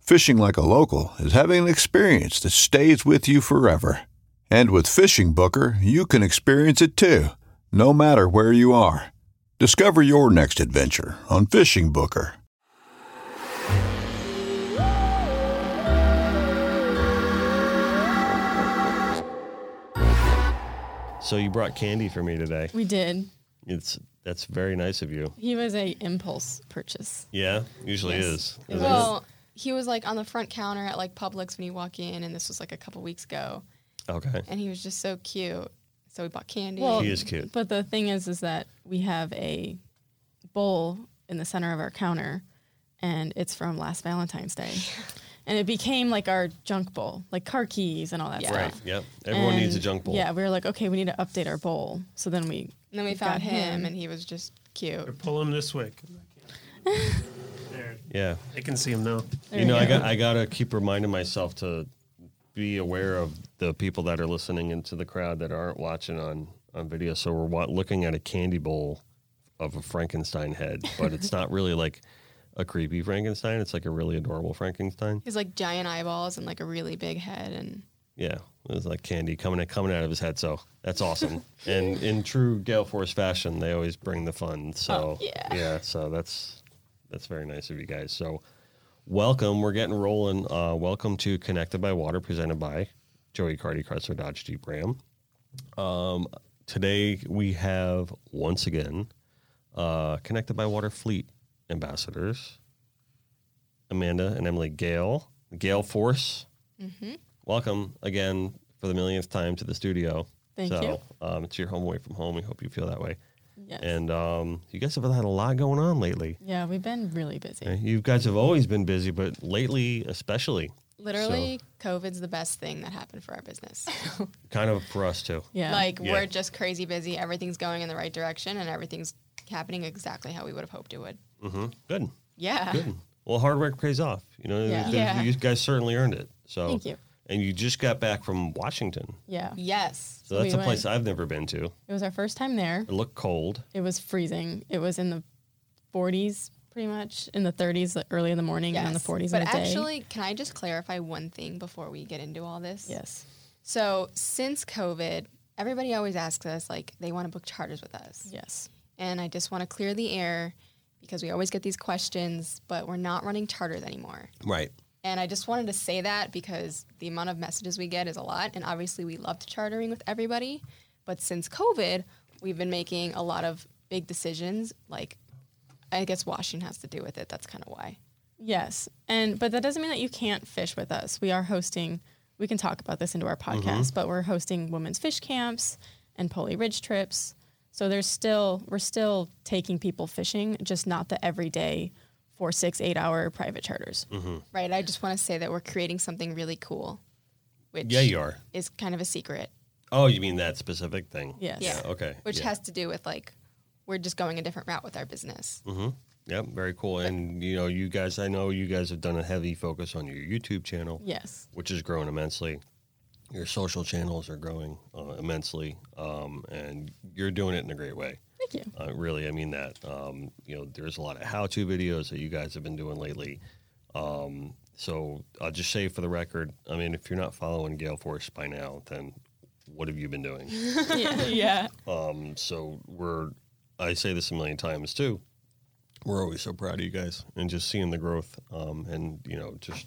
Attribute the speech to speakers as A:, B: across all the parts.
A: Fishing like a local is having an experience that stays with you forever. And with Fishing Booker, you can experience it too, no matter where you are. Discover your next adventure on Fishing Booker.
B: So you brought candy for me today.
C: We did.
B: It's that's very nice of you.
C: He was a impulse purchase.
B: Yeah, usually
C: Yes.
B: is.
C: It was- Well, he was like on the front counter at like Publix when you walk in, and this was like a couple weeks ago,
B: okay.
C: and he was just so cute. So we bought candy.
B: He is cute.
C: But the thing is, is that we have a bowl in the center of our counter, and it's from last Valentine's Day, and it became like our junk bowl, like car keys and all that stuff.
B: Right. Yep. Everyone needs a
C: And,
B: junk bowl.
C: Yeah, we were like, okay, we need to update our bowl. So then we
D: And then we
C: got
D: found him,
C: him.
D: and he was just cute.
E: Pull him this way. there,
B: Yeah.
E: I can see him now.
C: There
B: you know,
C: we
B: I
C: go.
B: got I gotta keep reminding myself to be aware of the people that are listening into the crowd that aren't watching on on video. So we're wa- looking at a candy bowl of a Frankenstein head, but it's not really like a creepy Frankenstein. It's like a really adorable Frankenstein.
D: He's like giant eyeballs and like a really big head, and
B: Yeah, it was like candy coming coming out of his head. So that's awesome. and in true Gale Force fashion, they always bring the fun. So yeah, So that's that's very nice of you guys. So welcome. We're getting rolling. Uh, welcome to Connected by Water, presented by Joey Cardi Chrysler Dodge Jeep Ram. Um, today we have once again uh, Connected by Water Fleet ambassadors, Amanda and Emily Gale, Gale Force
C: Mm-hmm.
B: welcome again for the millionth time to the studio.
C: Thank
B: so,
C: you.
B: Um, it's your home away from home. We hope you feel that way.
C: Yes.
B: And um, you guys have had a lot going on lately.
C: yeah, we've been really busy.
B: You guys have always been busy, but lately, especially,
D: literally, COVID's the best thing that happened for our business.
B: kind of for us too.
C: Yeah.
D: Like
B: Yeah.
D: we're just crazy busy. Everything's going in the right direction, and everything's happening exactly how we would have hoped it would.
B: Mm-hmm. Good.
D: Yeah.
B: Good. Well, hard work pays off. You know,
C: Yeah.
B: there's-
D: Yeah.
B: you guys certainly earned it. So
C: Thank you.
B: And you just got back from Washington,
C: yeah.
D: Yes.
B: so that's
C: We
B: a place
C: went-
B: I've never been to.
C: It was our first time there.
B: It looked cold.
C: It was freezing. It was in the 40s, pretty much, in the 30s, like, early in the morning, and in the
D: Yes.
C: 40s
D: But
C: in the day.
D: actually, can I just clarify one thing before we get into all this?
C: yes.
D: So since COVID, everybody always asks us like they want to book charters with us.
C: Yes.
D: and I just want to clear the air because we always get these questions, but we're not running charters anymore.
B: Right.
D: And I just wanted to say that because the amount of messages we get is a lot, and obviously we loved chartering with everybody, but since COVID, we've been making a lot of big decisions. Like, I guess Washington has to do with it. That's kind of why.
C: Yes. And but that doesn't mean that you can't fish with us. We are hosting we can talk about this into our podcast, but we're hosting women's fish camps and Poli Ridge trips. So there's still we're still taking people fishing, just not the everyday four, six, eight hour private charters.
D: Right? I just want to say that we're creating something really cool, which
B: Yeah, you are.
D: is kind of a secret,
B: Oh, you mean that specific thing?
C: Yes.
D: Yeah.
B: Yeah, okay.
D: which
B: yeah.
D: has to do with like we're just going a different route with our business.
B: Mm-hmm. Yep, very cool. And you know, you guys, I know you guys have done a heavy focus on your YouTube channel,
C: Yes.
B: which has grown immensely. Your social channels are growing uh, immensely, um, and you're doing it in a great way.
C: Thank you.
B: Uh, really, I mean that. Um, you know, there's a lot of how-to videos that you guys have been doing lately. Um, so I'll just say for the record, I mean, if you're not following Gale Force by now, then what have you been doing?
C: yeah. yeah.
B: Um, so we're, I say this a million times too. We're always so proud of you guys and just seeing the growth um, and, you know, just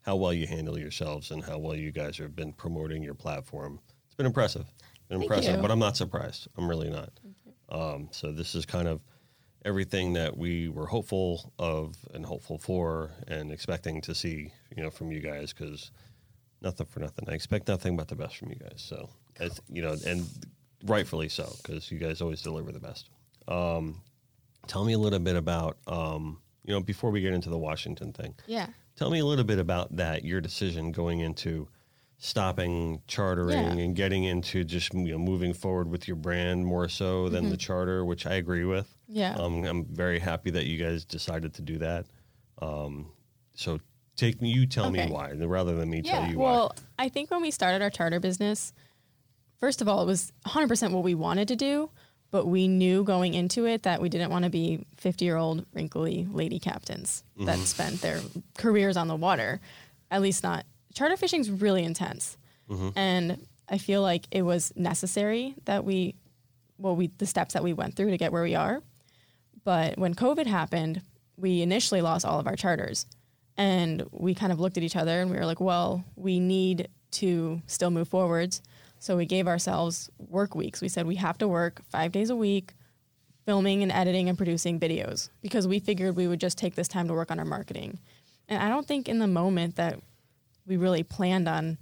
B: how well you handle yourselves and how well you guys have been promoting your platform. It's been impressive. Been
C: Thank
B: impressive,
C: you.
B: but I'm not surprised. I'm really not. Um, so this is kind of everything that we were hopeful of and hopeful for and expecting to see, you know, from you guys because nothing for nothing. I expect nothing but the best from you guys. So, as, you know, and rightfully so because you guys always deliver the best. Um, tell me a little bit about, um, you know, before we get into the Washington thing.
D: Yeah.
B: Tell me a little bit about that, your decision going into stopping chartering
C: Yeah.
B: and getting into just you know, moving forward with your brand more so than the charter, which I agree with.
C: Mm-hmm. Yeah.
B: Um, I'm very happy that you guys decided to do that. Um, so take me, you tell
C: Okay.
B: me why, rather than me tell
D: Yeah,
B: you why.
C: Well, I think when we started our charter business, first of all, it was 100% what we wanted to do, but we knew going into it that we didn't want to be 50 year old wrinkly lady captains that
B: Mm-hmm.
C: spent their careers on the water. At least not. Charter fishing's really intense.
B: Mm-hmm.
C: And I feel like it was necessary that we, well, we, the steps that we went through to get where we are. But when COVID happened, we initially lost all of our charters. And we kind of looked at each other and we were like, well, we need to still move forwards. So we gave ourselves work weeks. We said we have to work five days a week, filming and editing and producing videos because we figured we would just take this time to work on our marketing. And I don't think in the moment that we really planned on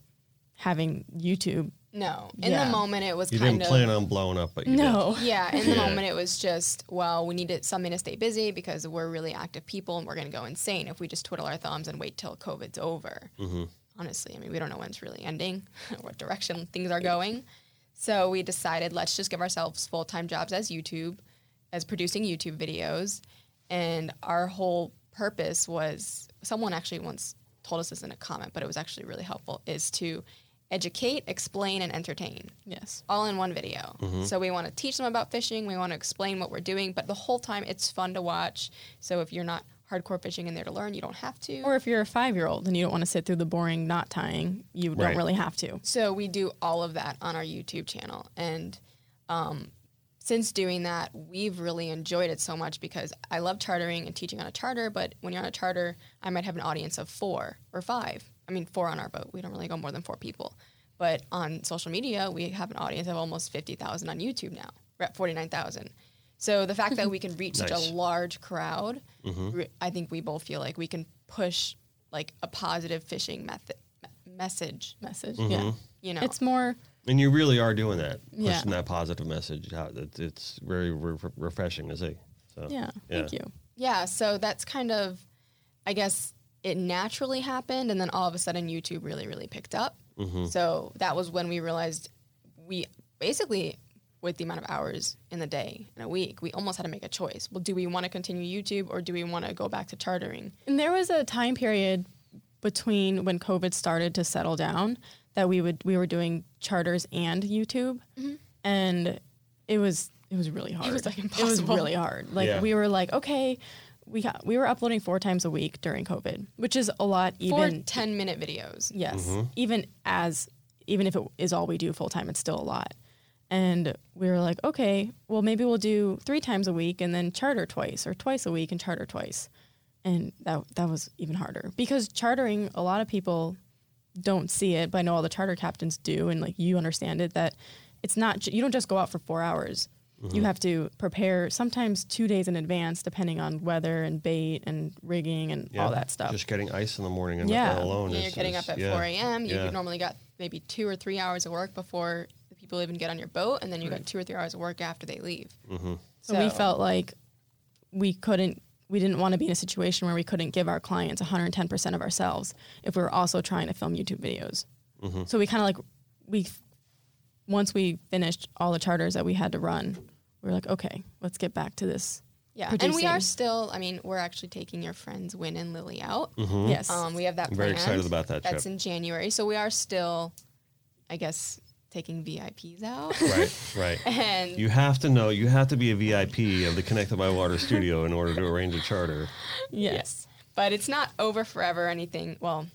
C: having YouTube.
D: No. In
C: Yeah.
D: the moment, it was
B: You
D: kind
B: didn't
D: of.
B: plan on blowing up, but you
C: No.
D: yeah, in the
B: Yeah.
D: moment it was just, well, we needed something to stay busy because we're really active people and we're going to go insane if we just twiddle our thumbs and wait till COVID's over. Honestly, I mean, we don't know when it's really ending, what direction things are going. So we decided let's just give ourselves full time jobs as YouTube, as producing YouTube videos. And our whole purpose was someone actually once told us this in a comment, but it was actually really helpful is to educate, explain, and entertain
C: Yes.
D: all in one video. So we want to teach them about fishing, we want to explain what we're doing, but the whole time it's fun to watch. So if you're not hardcore fishing in there to learn, you don't have to.
C: Or if you're a five year old and you don't want to sit through the boring knot tying, you
B: Right.
C: don't really have to.
D: so we do all of that on our YouTube channel and um, since doing that, we've really enjoyed it so much because I love chartering and teaching on a charter. But when you're on a charter, I might have an audience of four or five. I mean, four on our boat. We don't really go more than four people. But on social media, we have an audience of almost 50,000 on YouTube now. We're at 49,000. So the fact that we can reach such
B: Nice.
D: a large crowd, re- I think we both feel like we can push like a positive fishing method me- message.
C: Message. Yeah.
D: You know,
C: It's more
B: And you really are doing that, pushing
C: Yeah.
B: that positive message out. It's, it's very re- re- refreshing to see. So,
C: Yeah, thank you.
D: Yeah, so that's kind of, I guess it naturally happened, and then all of a sudden YouTube really, really picked up.
B: Mm-hmm.
D: So that was when we realized we basically, with the amount of hours in the day in a week, we almost had to make a choice. Well, do we want to continue YouTube or do we want to go back to chartering?
C: And there was a time period between when COVID started to settle down that we would we were doing charters and YouTube, and it was it was really hard. It
D: Mm-hmm. was, like,
C: It was
D: impossible.
C: really hard. Like
B: Yeah.
C: we were like, okay, we got, we were uploading four times a week during COVID, which is a lot.
D: Four
C: Even
D: 10 minute videos.
B: Oh,
C: Yes. Even as even if it is all we do full time, it's still a lot. And we were like, okay, well maybe we'll do three times a week and then charter twice or twice a week and charter twice. And that that was even harder because chartering a lot of people don't see it, but I know all the charter captains do and like you understand it that it's not ju- you don't just go out for 4 hours. You have to prepare sometimes 2 days in advance depending on weather and bait and rigging and all that stuff.
B: Just getting ice in the morning and
C: Yeah.
B: that alone.
D: Yeah,
B: is,
D: you're getting
B: is-
D: up at
B: yeah.
D: 4 a.m. You
B: Yeah.
D: normally got maybe two or three hours of work before the people even get on your boat, and then you got two or three hours of work after they leave.
B: Mm-hmm.
C: So, we felt like we couldn't, we didn't want to be in a situation where we couldn't give our clients 110% of ourselves if we were also trying to film YouTube videos. So we kind of like, we, once we finished all the charters that we had to run, we were like, okay, let's get back to this.
D: Yeah, and we are
C: producing.
D: still. I mean, we're actually taking your friends Win and Lily out.
C: Yes.
D: Um, we have that.
B: Mm-hmm. I'm very
D: planned.
B: excited about that
D: That's
B: trip.
D: in January, so we are still I guess taking VIPs out.
B: Right, right.
D: and
B: You have to know. You have to be a VIP of the Connected by Water studio in order to arrange a charter.
C: Yes.
D: but it's not over forever or anything. Well,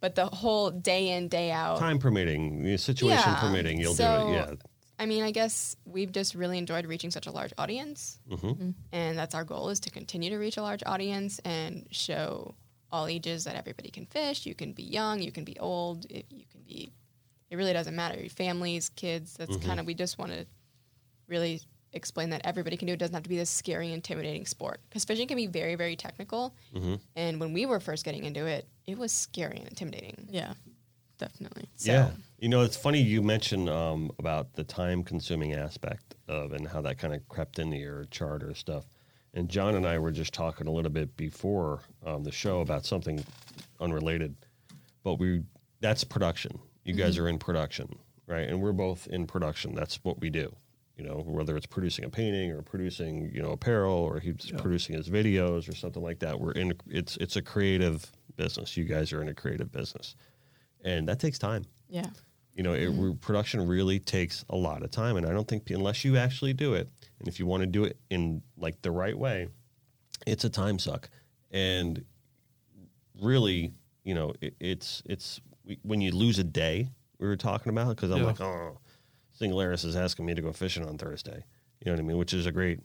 D: but the whole day in day out.
B: Time permitting, the situation
D: Yeah,
B: permitting, you'll
D: so-
B: do it. Yeah.
D: I mean, I guess we've just really enjoyed reaching such a large audience,
B: Mm-hmm.
D: and that's our goal is to continue to reach a large audience and show all ages that everybody can fish. You can be young, you can be old, it, you can be. It really doesn't matter. Your families, kids. That's
B: Mm-hmm.
D: kind of we just want to really explain that everybody can do it. it doesn't have to be this scary intimidating sport because fishing can be very very technical
B: Mm-hmm.
D: and when we were first getting into it it was scary and intimidating
C: Yeah. Definitely.
B: Yeah. You know, it's funny you mentioned um, about the time consuming aspect of and how that kind of crept into your charter stuff. And John and I were just talking a little bit before um, the show about something unrelated, but we that's production. You guys are in production, right? And we're both in production. That's what we do. You know, whether it's producing a painting or producing, you know, apparel or he's producing his videos or something like that. We're in it's it's a creative business. You guys are in a creative business. And that takes time
C: Yeah.
B: you know, it, re- production really takes a lot of time, and I don't think unless you actually do it, and if you want to do it in like the right way, it's a time suck. And really, you know, it, it's it's when you lose a day. We were talking about because I'm
E: Yeah.
B: like, oh, Singularis is asking me to go fishing on Thursday. You know what I mean? Which is a great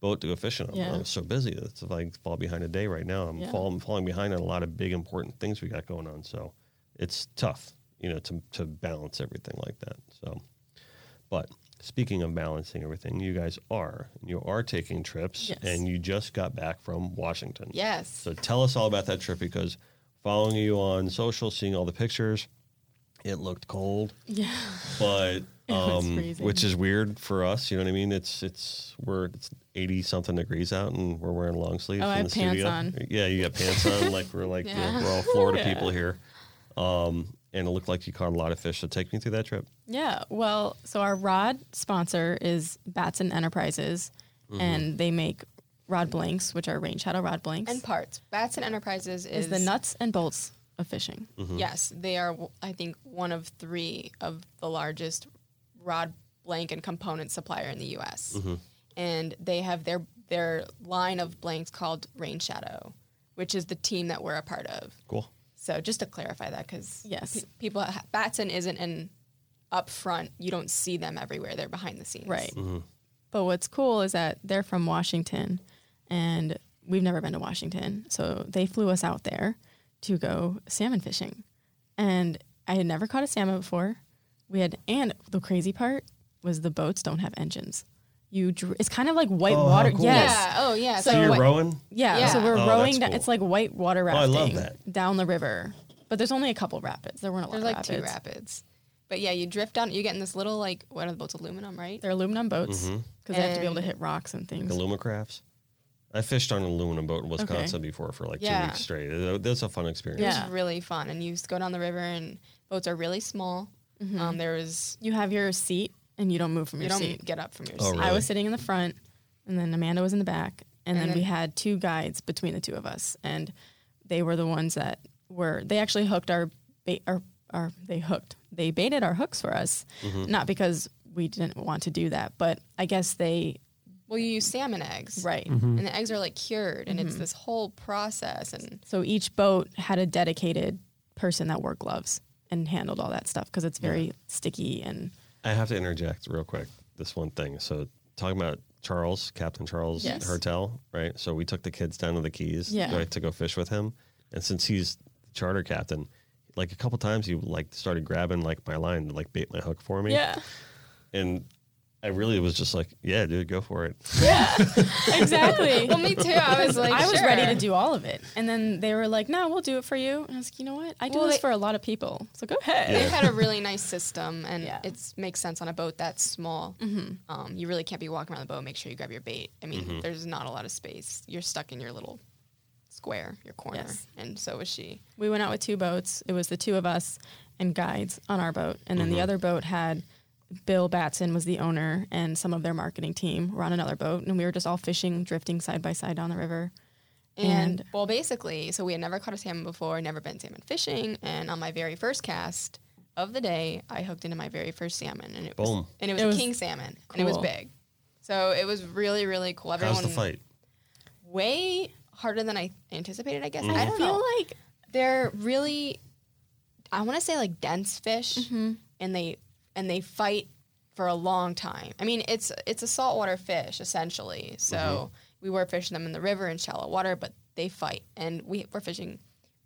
B: boat to go fishing on.
C: Yeah.
B: I'm so busy. It's if I fall behind a day right now, I'm
C: Yeah.
B: falling falling behind on a lot of big important things we got going on. So it's tough, you know, to to balance everything like that. So, but speaking of balancing everything, you guys are you are taking trips,
C: Yes.
B: and you just got back from Washington.
D: yes
B: So tell us all about that trip because following you on social, seeing all the pictures, it looked cold,
C: Yeah.
B: but
C: was
B: um,
C: freezing.
B: which is weird for us. You know what I mean? It's it's we're it's eighty something degrees out, and we're wearing long sleeves.
C: Oh,
B: in
C: I have
B: the
C: pants
B: studio.
C: on.
B: Yeah, you got pants on. Like we're like you know,
D: Yeah.
B: we're all Florida
C: Yeah.
B: people here. Um, and it looked like you caught a lot of fish. So take me through that trip.
C: Yeah. Well, so our rod sponsor is Batson Enterprises, and they make rod blanks, which are rain shadow rod blanks.
D: and parts. Batson Enterprises is,
C: is the nuts and bolts of fishing.
D: Yes, they are. w- I think one of three of the largest rod blank and component supplier in the U.S. And they have their their line of blanks called Rain Shadow, which is the team that we're a part of.
B: Cool.
D: So just to clarify that, because
C: Yes.
D: people ha- Batson isn't an upfront. You don't see them everywhere. They're behind the scenes.
C: Right. But what's cool is that they're from Washington and we've never been to Washington. So they flew us out there to go salmon fishing. And I had never caught a salmon before. We had, and the crazy part was the boats don't have engines. You, dr- it's kind of like white
B: Oh, how
C: water.
B: cool.
C: Yes.
D: Yeah. Oh yeah.
C: So
B: So you're
C: what-
B: rowing.
C: Yeah,
D: Yeah.
C: so we're
B: Oh, that's
C: rowing. da-
B: cool. Oh,
C: It's like white water
B: I
C: rafting
B: love that.
C: down the river, but there's only a couple rapids. There weren't a lot
D: there's
C: of
D: like
C: rapids.
D: two rapids. But yeah, you drift down. You get in this little like what are the boats? Aluminum, right?
C: They're aluminum boats
B: Mm-hmm.
C: because they have to be able to
D: And-
C: hit rocks and things.
B: Alumacrafts. I fished on an aluminum boat in Wisconsin before for like two
D: Yeah.
B: weeks straight. That- That's a fun experience.
D: It
C: Yeah.
D: was really fun. And you just go down the river, and boats are really small. Um, there was
C: You have your seat and you don't move from
D: you
C: Mm-hmm. your
D: don't
C: seat.
D: get up from your
B: Oh,
D: seat.
B: really?
C: I was sitting in the front, and then Amanda was in the back, and, then,
D: then-
C: we had two guides between the two of us, and they were the ones that were they actually hooked our bait our, our they hooked they baited our hooks for us,
B: Mm-hmm.
C: not because we didn't want to do that, but I guess they
D: Well, you use salmon eggs,
C: right. Mm-hmm.
D: And the eggs are like cured, and it's this whole process. And
C: So each boat had a dedicated person that wore gloves and handled all that stuff because it's very sticky and
B: I have to interject real quick. This one thing. So talking about Charles, Captain Charles
C: Yes.
B: Hertel, right? So we took the kids down to the Keys,
C: Yeah.
B: right, to go fish with him. And since he's the charter captain, like a couple times he like started grabbing like my line to like bait my hook for me. And I really was just like, yeah, dude, go for it.
C: exactly.
D: well, me too. I was like,
C: I was
D: sure.
C: ready to do all of it, and then they were like, "No, we'll do it for you." And I was like, "You know what? I do
D: Well,
C: this
D: they-
C: for a lot of people, so go ahead."
D: They had a really nice system, and
C: Yeah. Mm-hmm.
D: it makes sense on a boat that's small. Um, you really can't be walking around the boat. Make sure you grab your bait. I mean, there's not a lot of space. You're stuck in your little square, your corner,
C: Yes.
D: and so was she.
C: We went out with two boats. It was the two of us and guides on our boat, and then the other boat had Bill Batson was the owner and some of their marketing team were on another boat, and we were just all fishing, drifting side by side down the river.
D: And,
C: And-
D: well, basically, so we had never caught a salmon before, never been salmon fishing, and on my very first cast, of the day, I hooked into my very first salmon, and it was
B: Boom.
D: and it was,
C: It
D: a
C: was
D: king salmon, and it was
C: cool.
D: big. So it was really really cool. Everyone
B: How's the fight?
D: way harder than I anticipated. I guess
B: Mm-hmm.
D: I don't
C: feel
D: know.
C: like
D: They're really, I want to say like dense fish,
C: Mm-hmm.
D: and they and they fight for a long time. I mean, it's it's a saltwater fish essentially. So we were fishing them in the river in shallow water, but they fight, and we were fishing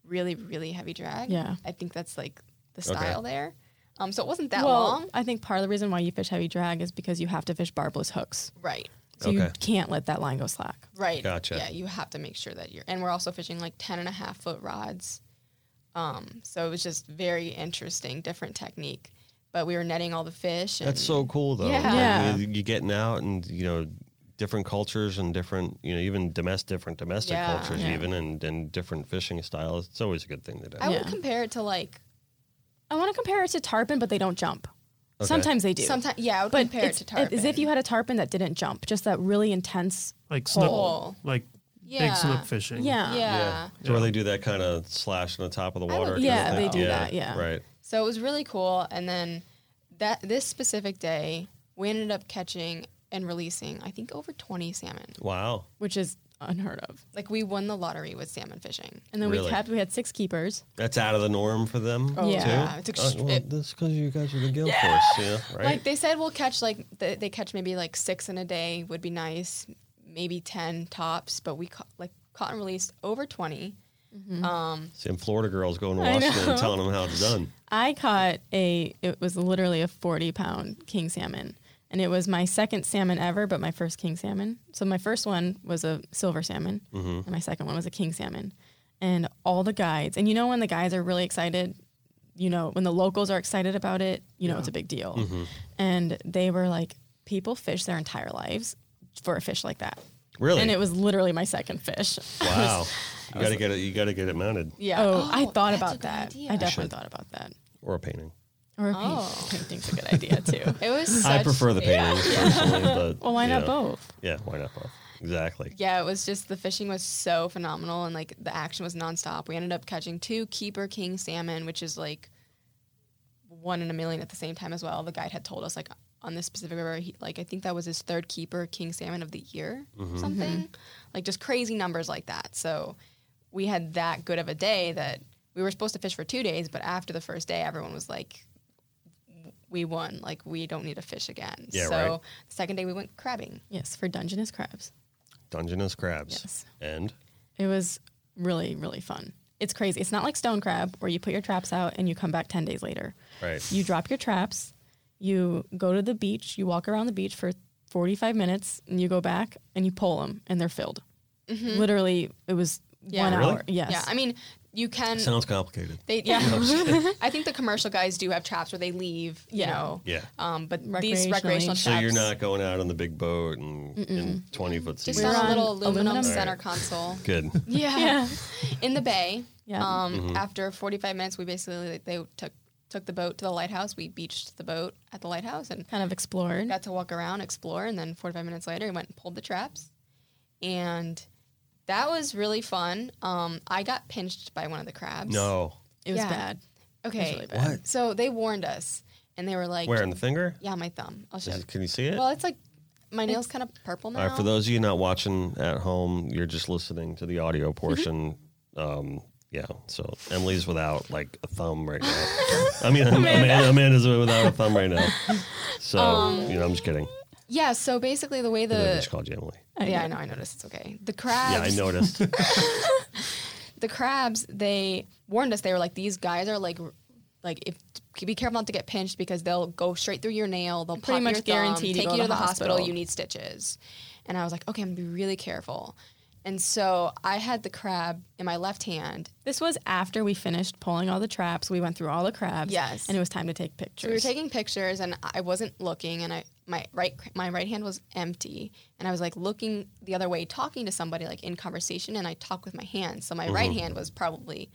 D: really really heavy drag.
C: Yeah.
D: I think that's like the style there. Um, so it wasn't that
C: well,
D: long,
C: I think part of the reason why you fish heavy drag is because you have to fish barbless hooks.
D: right?
C: So you
B: Okay.
C: can't let that line go slack.
D: Right.
B: Gotcha.
D: Yeah, you have to make sure that you're. And we're also fishing like 10 and a half foot rods. Um, so it was just very interesting, different technique. But we were netting all the fish. And
B: That's so cool, though.
D: Yeah.
B: Like,
C: Yeah.
B: you- you getting out and you know different cultures and different you know even domestic different domestic
D: Yeah.
B: cultures
C: Yeah.
B: even and and different fishing styles. It's always a good thing to do.
D: I would
C: Yeah.
D: compare it to like
C: I want to compare it to tarpon, but they don't jump. Sometimes they do.
D: sometimes. Yeah, I would
C: but
D: compare it
C: it's-
D: to tarpon.
C: As if you had a tarpon that didn't jump, just that really intense.
E: Like snook,
D: Pole.
E: like
D: Yeah.
E: big snook fishing.
C: Yeah.
D: Yeah.
B: So where they do that kind of slash on the top of the
D: uh, I
B: water.
D: would-
B: kinda
C: yeah, they
B: thing?
C: do that, yeah.
B: Right.
D: So it was really cool. And then that this specific day, we ended up catching and releasing, I think, over 20 salmon.
B: Wow.
C: Which is unheard of.
D: Like we won the lottery with salmon fishing.
C: And then we
B: Really?
C: kept, we had six keepers.
B: That's out of the norm for them.
C: Oh, Yeah.
B: Too?
D: It's
B: Oh,
D: ext-
B: well,
D: it-
B: that's because you guys are the guild force, yeah, right?
D: Like they said, we'll catch like th- they catch maybe like six in a day would be nice, maybe ten tops. But we ca- like caught and released over twenty. Um,
B: Some Florida girls going to
C: I
B: Washington and
C: know.
B: telling them how it's done.
C: I caught a, it was literally a 40 pound king salmon. And it was my second salmon ever, but my first king salmon. So my first one was a silver salmon, and my second one was a king salmon. And all the guides, and you know when the guides are really excited, you know, when the locals are excited about it, you know, it's a big deal. And they were like, people fish their entire lives for a fish like that.
B: Really?
C: And it was literally my second fish.
B: wow. You gotta get it. You gotta get it mounted
D: yeah.
C: Oh, I thought
D: that's a
C: about
D: good
C: that.
D: idea.
C: I definitely thought about that.
B: or a painting.
C: Or a paint-
D: Oh.
C: painting's a good idea too.
D: It was.
B: I
D: such-
B: prefer the
D: yeah.
B: paintings personally, but
C: Well, why
B: yeah.
C: not both?
B: Yeah, why not both? Exactly.
D: Yeah, it was just the fishing was so phenomenal, and like the action was nonstop. We ended up catching two keeper king salmon, which is like one in a million at the same time as well. The guide had told us like on this specific river, he, like I think that was his third keeper king salmon of the year,
B: Mm-hmm.
D: or something like just crazy numbers like that. So we had that good of a day that we were supposed to fish for two days, but after the first day, everyone was like, "We won! Like we don't need to fish again."
B: Yeah,
D: so
B: right.
D: the second day we went crabbing.
C: Yes, for Dungeness crabs.
B: Dungeness crabs.
C: Yes.
B: And
C: It was really, really fun. It's crazy. It's not like stone crab where you put your traps out and you come back 10 days later.
B: Right.
C: You drop your traps, you go to the beach, you walk around the beach for 45 minutes, and you go back and you pull them and they're filled. Literally, it was one
D: Really?
C: hour. Yes.
D: Mm-hmm. Yeah, I mean, you can.
B: sounds complicated.
D: They, yeah, I think the commercial guys do have traps where they leave. You
C: Yeah.
D: know.
B: Yeah.
D: Um, but these
C: Recreationally.
D: recreational traps.
C: So
B: So you're not going out on the big boat and in 20 foot seas.
D: just on
C: We're
D: a
C: on
D: little aluminum,
C: aluminum.
D: center console.
B: Good.
D: Yeah.
C: Yeah.
D: In the bay.
C: Yeah.
D: Um,
B: Mm-hmm.
D: After 45 minutes, we basically like, they took took the boat to the lighthouse. We beached the boat at the lighthouse and
C: Kind of explored.
D: got to walk around, explore, and then 45 minutes later, we went and pulled the traps, and that was really fun. Um, I got pinched by one of the crabs.
B: No.
C: It was
D: Yeah.
C: bad.
D: Okay.
C: really bad.
B: What?
D: So they warned us, and they were like,
B: Where in the finger?
D: Yeah, my thumb. I'll show.
B: Is
D: you.
B: it- can you see it?
D: Well, it's like my nails kind of purple now.
B: All right, for those of you not watching at home, you're just listening to the
D: Mm-hmm.
B: audio portion. Um, yeah, so Emily's without like a thumb right now. I mean, Amanda. Amanda's without a thumb right now. So,
D: Um,
B: you know, I'm just kidding.
D: yeah. So basically, the way
B: I
D: the
B: just called you Emily.
D: yeah, I know, I noticed. It's okay. The crabs.
B: Yeah, I noticed.
D: The crabs. They warned us. They were like, these guys are like, like if be careful not to get pinched because they'll go straight through your nail. They'll
C: Pretty
D: pop
C: much
D: your thumb,
C: guaranteed you
D: take
C: go to
D: you to
C: the
D: the hospital.
C: hospital.
D: You need stitches. And I was like, okay, I'm gonna be really careful. And so I had the crab in my left hand.
C: This was after we finished pulling all the traps. We went through all the crabs.
D: Yes.
C: And it was time to take pictures.
D: We were taking pictures, and I wasn't looking, and I my right my right hand was empty, and I was like looking the other way, talking to somebody like in conversation, and I talk with my hand, so my right hand was probably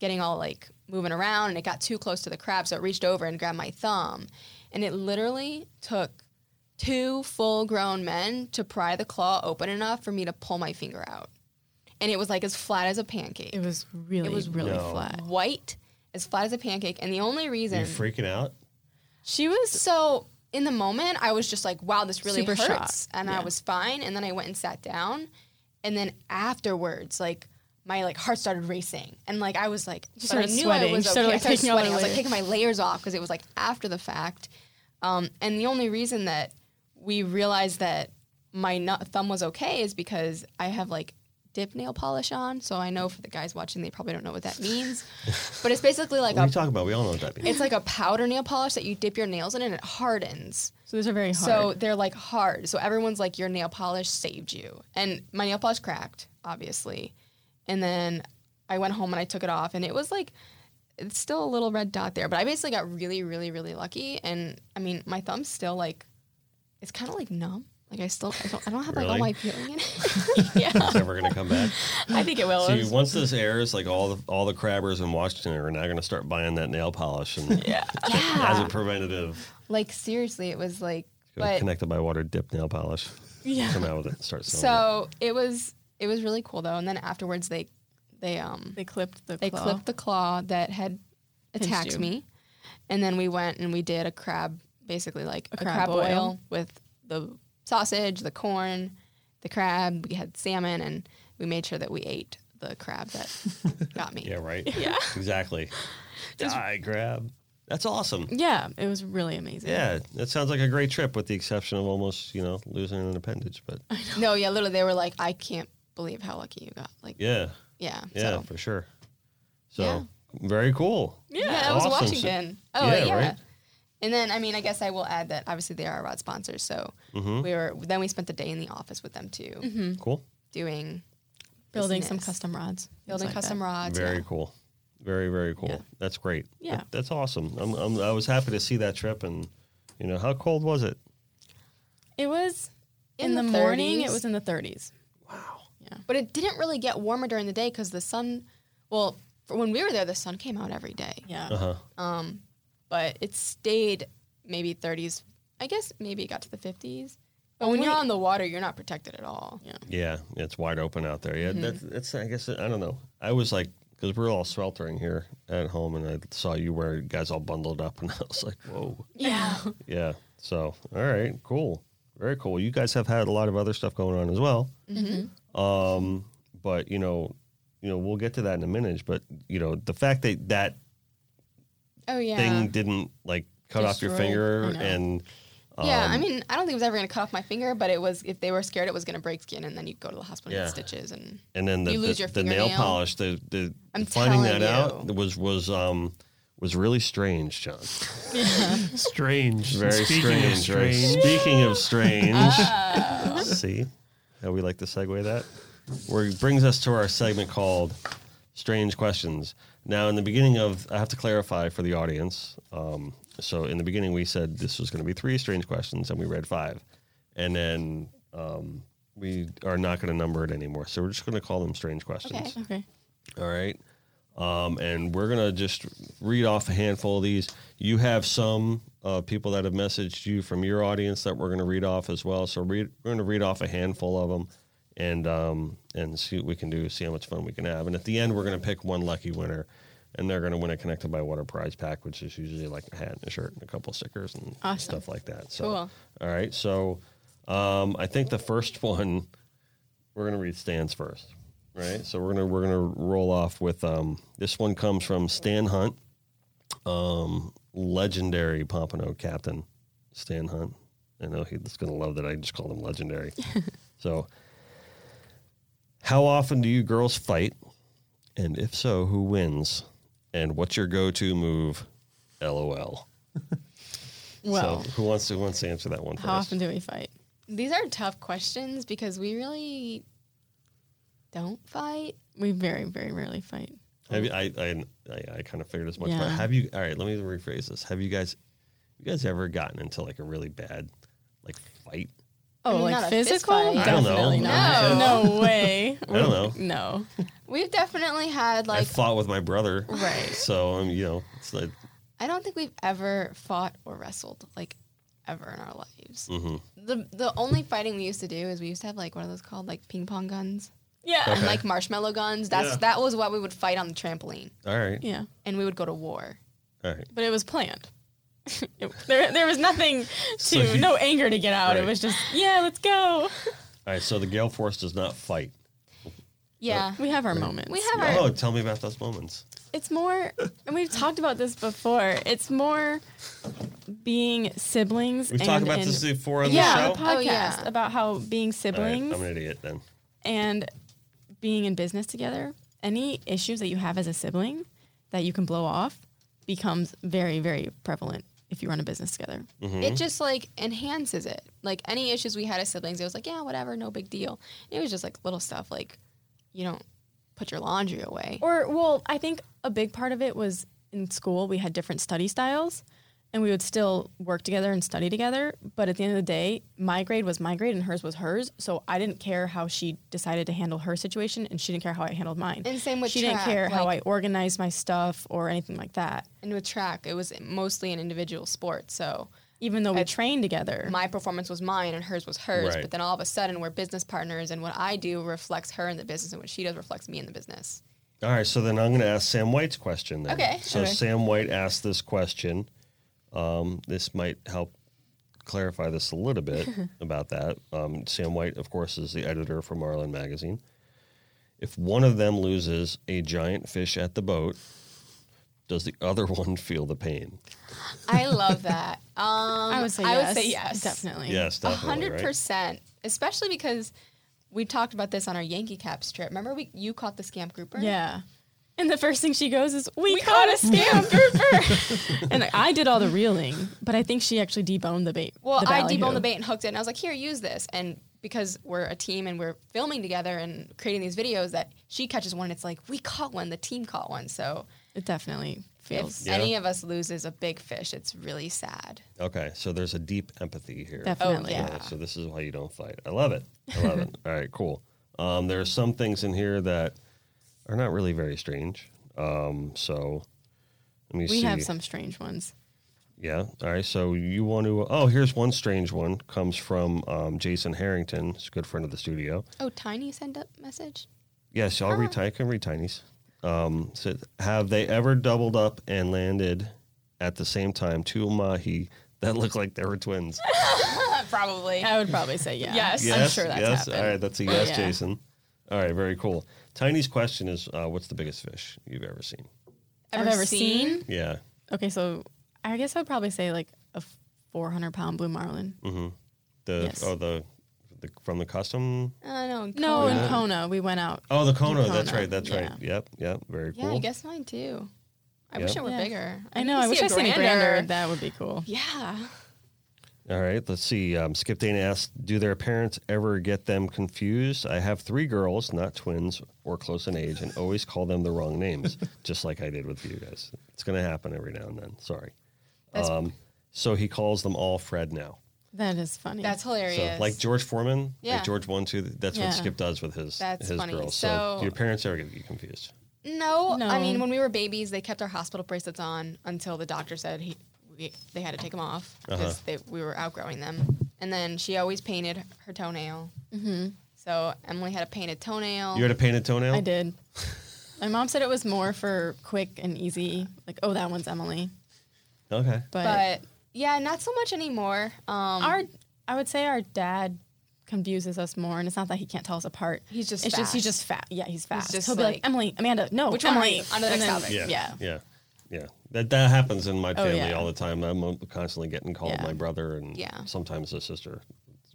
D: getting all like moving around, and it got too close to the crab, so it reached over and grabbed my thumb, and it literally took two full grown men to pry the claw open enough for me to pull my finger out, and it was like as flat as a pancake
C: it was really,
D: was
C: really
B: No.
C: flat.
D: white as flat as a pancake. And the only reason
B: You're freaking out.
C: She was
D: so in the moment, I was just like, wow, this really
C: Super
D: hurts.
C: shocked,
D: And I was fine. And then I went and sat down. And then afterwards, like my like heart started racing. And like I was like, but I
C: started
D: knew
C: sweating.
D: I was
C: You
D: okay.
C: started,
D: I
C: like,
D: started
C: taking all
D: sweating.
C: the
D: I was like
C: layers.
D: taking my layers off because it was like after the fact. Um, and the only reason that we realized that my nu- thumb was okay is because I have like dip nail polish on. So I know for the guys watching, they probably don't know what that means. but it's basically like
B: What are
D: a
B: you talking about? We all know what that means.
D: it's like a powder nail polish that you dip your nails in and it hardens.
C: so these are very hard.
D: So they're like hard. So everyone's like, your nail polish saved you. And my nail polish cracked, obviously. And then I went home and I took it off, and it was like, it's still a little red dot there. But I basically got really, really, really lucky. And I mean, my thumb's still like, it's kind of like numb. Like I still, I don't, I don't have like all
B: Really?
D: my feeling in it.
B: It's never gonna come back.
D: I think it will.
B: See, once this airs, like all the all the crabbers in Washington are now gonna start buying that nail polish and as a preventative.
D: like seriously, it was like,
B: Gonna
D: but
B: connected by water dip nail polish.
C: yeah.
B: Come out with it. and Start selling. it.
D: so it was, it was really cool though. And then afterwards, they, they um,
C: They clipped the
D: They
C: claw.
D: clipped the claw that had attacked
C: you.
D: me, and then we went and we did a crab, basically like a, crab,
C: crab
D: boil.
C: boil.
D: with the sausage, the corn, the crab. We had salmon, and we made sure that we ate the crab that got me.
B: Yeah, right. Yeah. Exactly. Die grab. That's awesome.
C: yeah, it was really amazing.
B: Yeah, that sounds like a great trip, with the exception of almost you know losing an appendage. But
D: No, yeah, literally, they were like, "I can't believe how lucky you got." Like, yeah,
B: yeah,
D: yeah,
B: yeah,
D: so.
B: for sure. So
D: Yeah.
B: very cool.
D: Yeah, that was
B: Awesome. So-
D: Washington. Oh,
B: Yeah,
D: yeah.
B: right?
D: And then, I mean, I guess I will add that obviously they are our rod sponsors. So
B: Mm-hmm.
D: we were, then we spent the day in the office with them too,
B: Cool.
D: doing
C: Building some
D: business.
C: custom rods.
D: building
C: Things like
D: custom
C: that.
D: rods.
B: Very
D: yeah.
B: cool. Very very cool. That's great.
C: Yeah.
B: That- that's awesome. I'm, I'm I was happy to see that trip, and you know how cold was it?
C: It was in,
D: In
C: the,
D: the
C: morning.
D: 30s.
C: It was in the 30s.
D: But it didn't really get warmer during the day because the sun, well, for when we were there, the sun came out every day.
C: Yeah.
B: Uh-huh.
D: But it stayed maybe 30s. I guess maybe it got to the 50s. But when you're on the water, you're not protected at all. Yeah.
B: Yeah, it's wide open out there. Yeah, that's, that's I guess I don't know. I was like because we're all sweltering here at home, and I saw you where you guys all bundled up, and I was like, whoa.
C: Yeah.
B: Yeah. So, all right, cool, very cool. You guys have had a lot of other stuff going on as well. Um, but you know, you know, we'll get to that in a minute. But you know, the fact that that
D: Oh, yeah.
B: thing didn't like cut off your
C: Destroyed.
B: finger
C: I know.
B: and
D: yeah,
B: Um,
D: I mean, I don't think it was ever going to cut off my finger, but it was, if they were scared it was going to break skin, and then you go to the hospital and
B: Yeah.
D: get stitches. And
B: and then the,
D: You lose
B: the,
D: your
B: the nail
D: fingernail.
B: polish the the
D: I'm
B: finding that
D: telling
B: out
D: you.
B: was was um was really strange john
E: Strange.
B: very
E: Speaking of
B: strange, Oh. right? speaking of strange see how we like to segue that where it brings us to our segment called strange questions now in the beginning of i have to clarify for the audience um, so in the beginning we said this was going to be three strange questions and we read five and then um, we are not going to number it anymore so we're just going to call them strange questions
D: Okay.
C: Okay.
B: all right. Um, and we're going to just read off a handful of these. You have some uh, people that have messaged you from your audience that we're going to read off as well. So read, we're going to read off a handful of them and um, and see what we can do, see how much fun we can have. And at the end, we're going to pick one lucky winner. And they're going to win a Connected by Water prize pack, which is usually like a hat and a shirt and a couple of stickers and
C: Awesome.
B: stuff like that. So,
D: Cool.
B: all right. So, um, I think the first one we're gonna read Stan's first, right? So we're gonna we're gonna roll off with um, this one comes from Stan Hunt, um, legendary Pompano captain, Stan Hunt. I know he's gonna love that I just called him legendary. so, how often do you girls fight, and if so, who wins, and what's your go-to move? LOL.
C: Well,
B: so who wants to who wants to answer that one first?
C: how often do we fight?
D: these are tough questions because we really don't fight.
C: We very, very rarely fight.
B: Have you, I, I, I, I kind of figured as much. But
C: Um, Yeah.
B: have you? All right, let me rephrase this. Have you guys, you guys ever gotten into like a really bad, like fight?
C: Oh,
D: mean, not
C: like
D: a fist
C: physical?
D: fight. I
B: don't know.
C: Definitely
D: No.
C: not. No way.
B: I don't know.
C: No.
D: We've definitely had
B: I
D: like,
B: fought with my brother,
C: Right.
B: so um, you know, it's like
D: I don't think we've ever fought or wrestled like ever in our lives.
B: mhm.
D: The the only fighting we used to do is we used to have like what are those called like ping pong guns.
C: Yeah.
D: and like marshmallow guns. That's
E: Yeah.
D: that was what we would fight on the trampoline,
B: All right.
C: Yeah.
D: and we would go to war.
B: All right.
C: But it was planned. It- there, there was nothing to, no anger to get out. It
B: Right.
C: was just, yeah, let's go.
B: All right. So the gale force does not fight.
D: Yeah,
C: We have our moments.
D: we have our.
B: Oh, tell me about those moments.
C: It's more, and we've talked about this before. It's more being siblings.
B: We've
C: and,
B: talked about
C: and-
B: this before on
C: Yeah,
B: the
C: the
B: show.
C: podcast
D: Oh, yeah.
C: about how
B: All
C: being
B: right,
C: siblings
B: I'm an idiot then.
C: and being in business together. Any issues that you have as a sibling that you can blow off becomes very, very prevalent if you run a business together.
D: It just like enhances it. Like any issues we had as siblings, it was like yeah, whatever, no big deal. It was just like little stuff like you don't put your laundry away.
C: Or, well, I think a big part of it was in school, we had different study styles and we would still work together and study together. But at the end of the day, my grade was my grade and hers was hers. So I didn't care how she decided to handle her situation and she didn't care how I handled mine.
D: And same with
C: She didn't
D: track,
C: care how I
D: like-
C: organized my stuff or anything like that,
D: And with track, it was mostly an individual sport, so
C: even though we trained together.
D: my performance was mine and hers was hers.
B: Right.
D: But then all of a sudden, we're business partners, and what I do reflects her in the business, and what she does reflects me in the business.
B: All right, so then I'm going to ask Sam White's question. Then.
D: Okay.
B: So Sam White asked this question. Um, this might help clarify this a little bit about that. Um, Sam White, of course, is the editor for Marlin Magazine. If one of them loses a giant fish at the boat, does the other one feel the pain?
D: I love that. Um,
C: I would say
D: I
C: yes.
D: would say yes.
C: Definitely.
B: Yes,
D: A
B: definitely.
D: hundred
B: right?
D: percent. Especially because we talked about this on our Yankee Caps trip. Remember, we you caught the scamp grouper.
C: Yeah. And the first thing she goes is, "We, caught a scam grouper," and I did all the reeling, but I think she actually deboned the bait.
D: Well,
C: the
D: I
C: ballyhoo.
D: deboned the bait and hooked it, and I was like, "Here, use this." And because we're a team and we're filming together and creating these videos, that she catches one, it's like we caught one. The team caught one. So
C: It definitely
D: if
C: feels
D: any of us loses a big fish, it's really sad.
B: Okay, so there's a deep empathy here.
C: definitely.
D: Oh, yeah.
B: Yeah, so this is why you don't fight. I love it. I love it. All right, cool. Um, there are some things in here that are not really very strange. Um, so let me
C: We
B: see.
C: have some strange ones.
B: Yeah. All right. So you want to? Oh, here's one strange one. Comes from um, Jason Harrington. He's a good friend of the studio.
D: Oh, Tiny send up message.
B: Yes, I'll
C: Ah.
B: read. I can read tinies. Um, so have they ever doubled up and landed at the same time two mahi that look like they were twins?
D: Probably.
C: I would probably say yeah.
D: Yes.
B: yes,
D: I'm sure that's
B: yes.
D: happened. Oh,
B: All right, that's a yes,
C: Yeah.
B: Jason. All right, very cool. Tiny's question is, uh, what's the biggest fish you've ever seen?
C: I've ever seen?
B: Yeah,
C: Okay, so I guess I'd probably say like a 400 pound blue marlin.
B: the
C: Yes.
B: oh the, the from the custom.
D: I know.
C: No, Oh, in Kona we went out.
B: Oh, the Kono. That's
C: Kona,
B: right. That's
C: yeah.
B: right. Yep. Yep. Very
D: Yeah,
B: cool.
D: I guess mine too. I wish
B: Yeah.
D: it were
C: Yeah.
D: bigger.
C: I
D: need
C: know.
D: to
C: I wish
D: see
C: I seen a
D: grander-
C: grander. That would be cool.
D: Yeah.
B: All right, let's see. Um, Skip Dana asked, "Do their parents ever get them confused? I have three girls, not twins or close in age, and always call them the wrong names, just like I did with you guys. It's going to happen every now and then. Sorry."
D: That's-
B: Um, so he calls them all Fred now.
C: That is funny.
D: That's
B: So
D: hilarious.
B: like George Foreman,
D: Yeah.
B: like George One Two. That's
C: Yeah.
B: what Skip does with his
D: That's
B: his
D: funny.
B: girls. So,
D: So-
B: do your parents ever get you confused?
D: no,
C: No.
D: I mean, when we were babies, they kept our hospital bracelets on until the doctor said he, we, they had to take them off
B: Uh-huh.
D: because we were outgrowing them. And then she always painted her toenail. Mm-hmm. So Emily had a painted toenail.
B: You had a painted toenail.
C: Oh. I did. My mom said it was more for quick and easy, like, oh, that one's Emily.
B: Okay.
C: But,
D: but yeah, not so much anymore. Um,
C: our, I would say our dad confuses us more, and it's not that he can't tell us apart.
D: He's just
C: it's just he's
D: fast.
C: just fat. Yeah, he's fast.
D: just
C: He'll be like,
D: like,
C: Emily, Amanda, no,
D: which one are
C: Emily.
D: you? On to the
C: And
D: next
C: then-
D: topic.
C: Yeah. Oh,
B: Yeah. Yeah. That that happens in my family
C: yeah.
B: all the time. I'm constantly getting called
C: Yeah.
B: my brother and
D: Yeah.
B: sometimes a sister,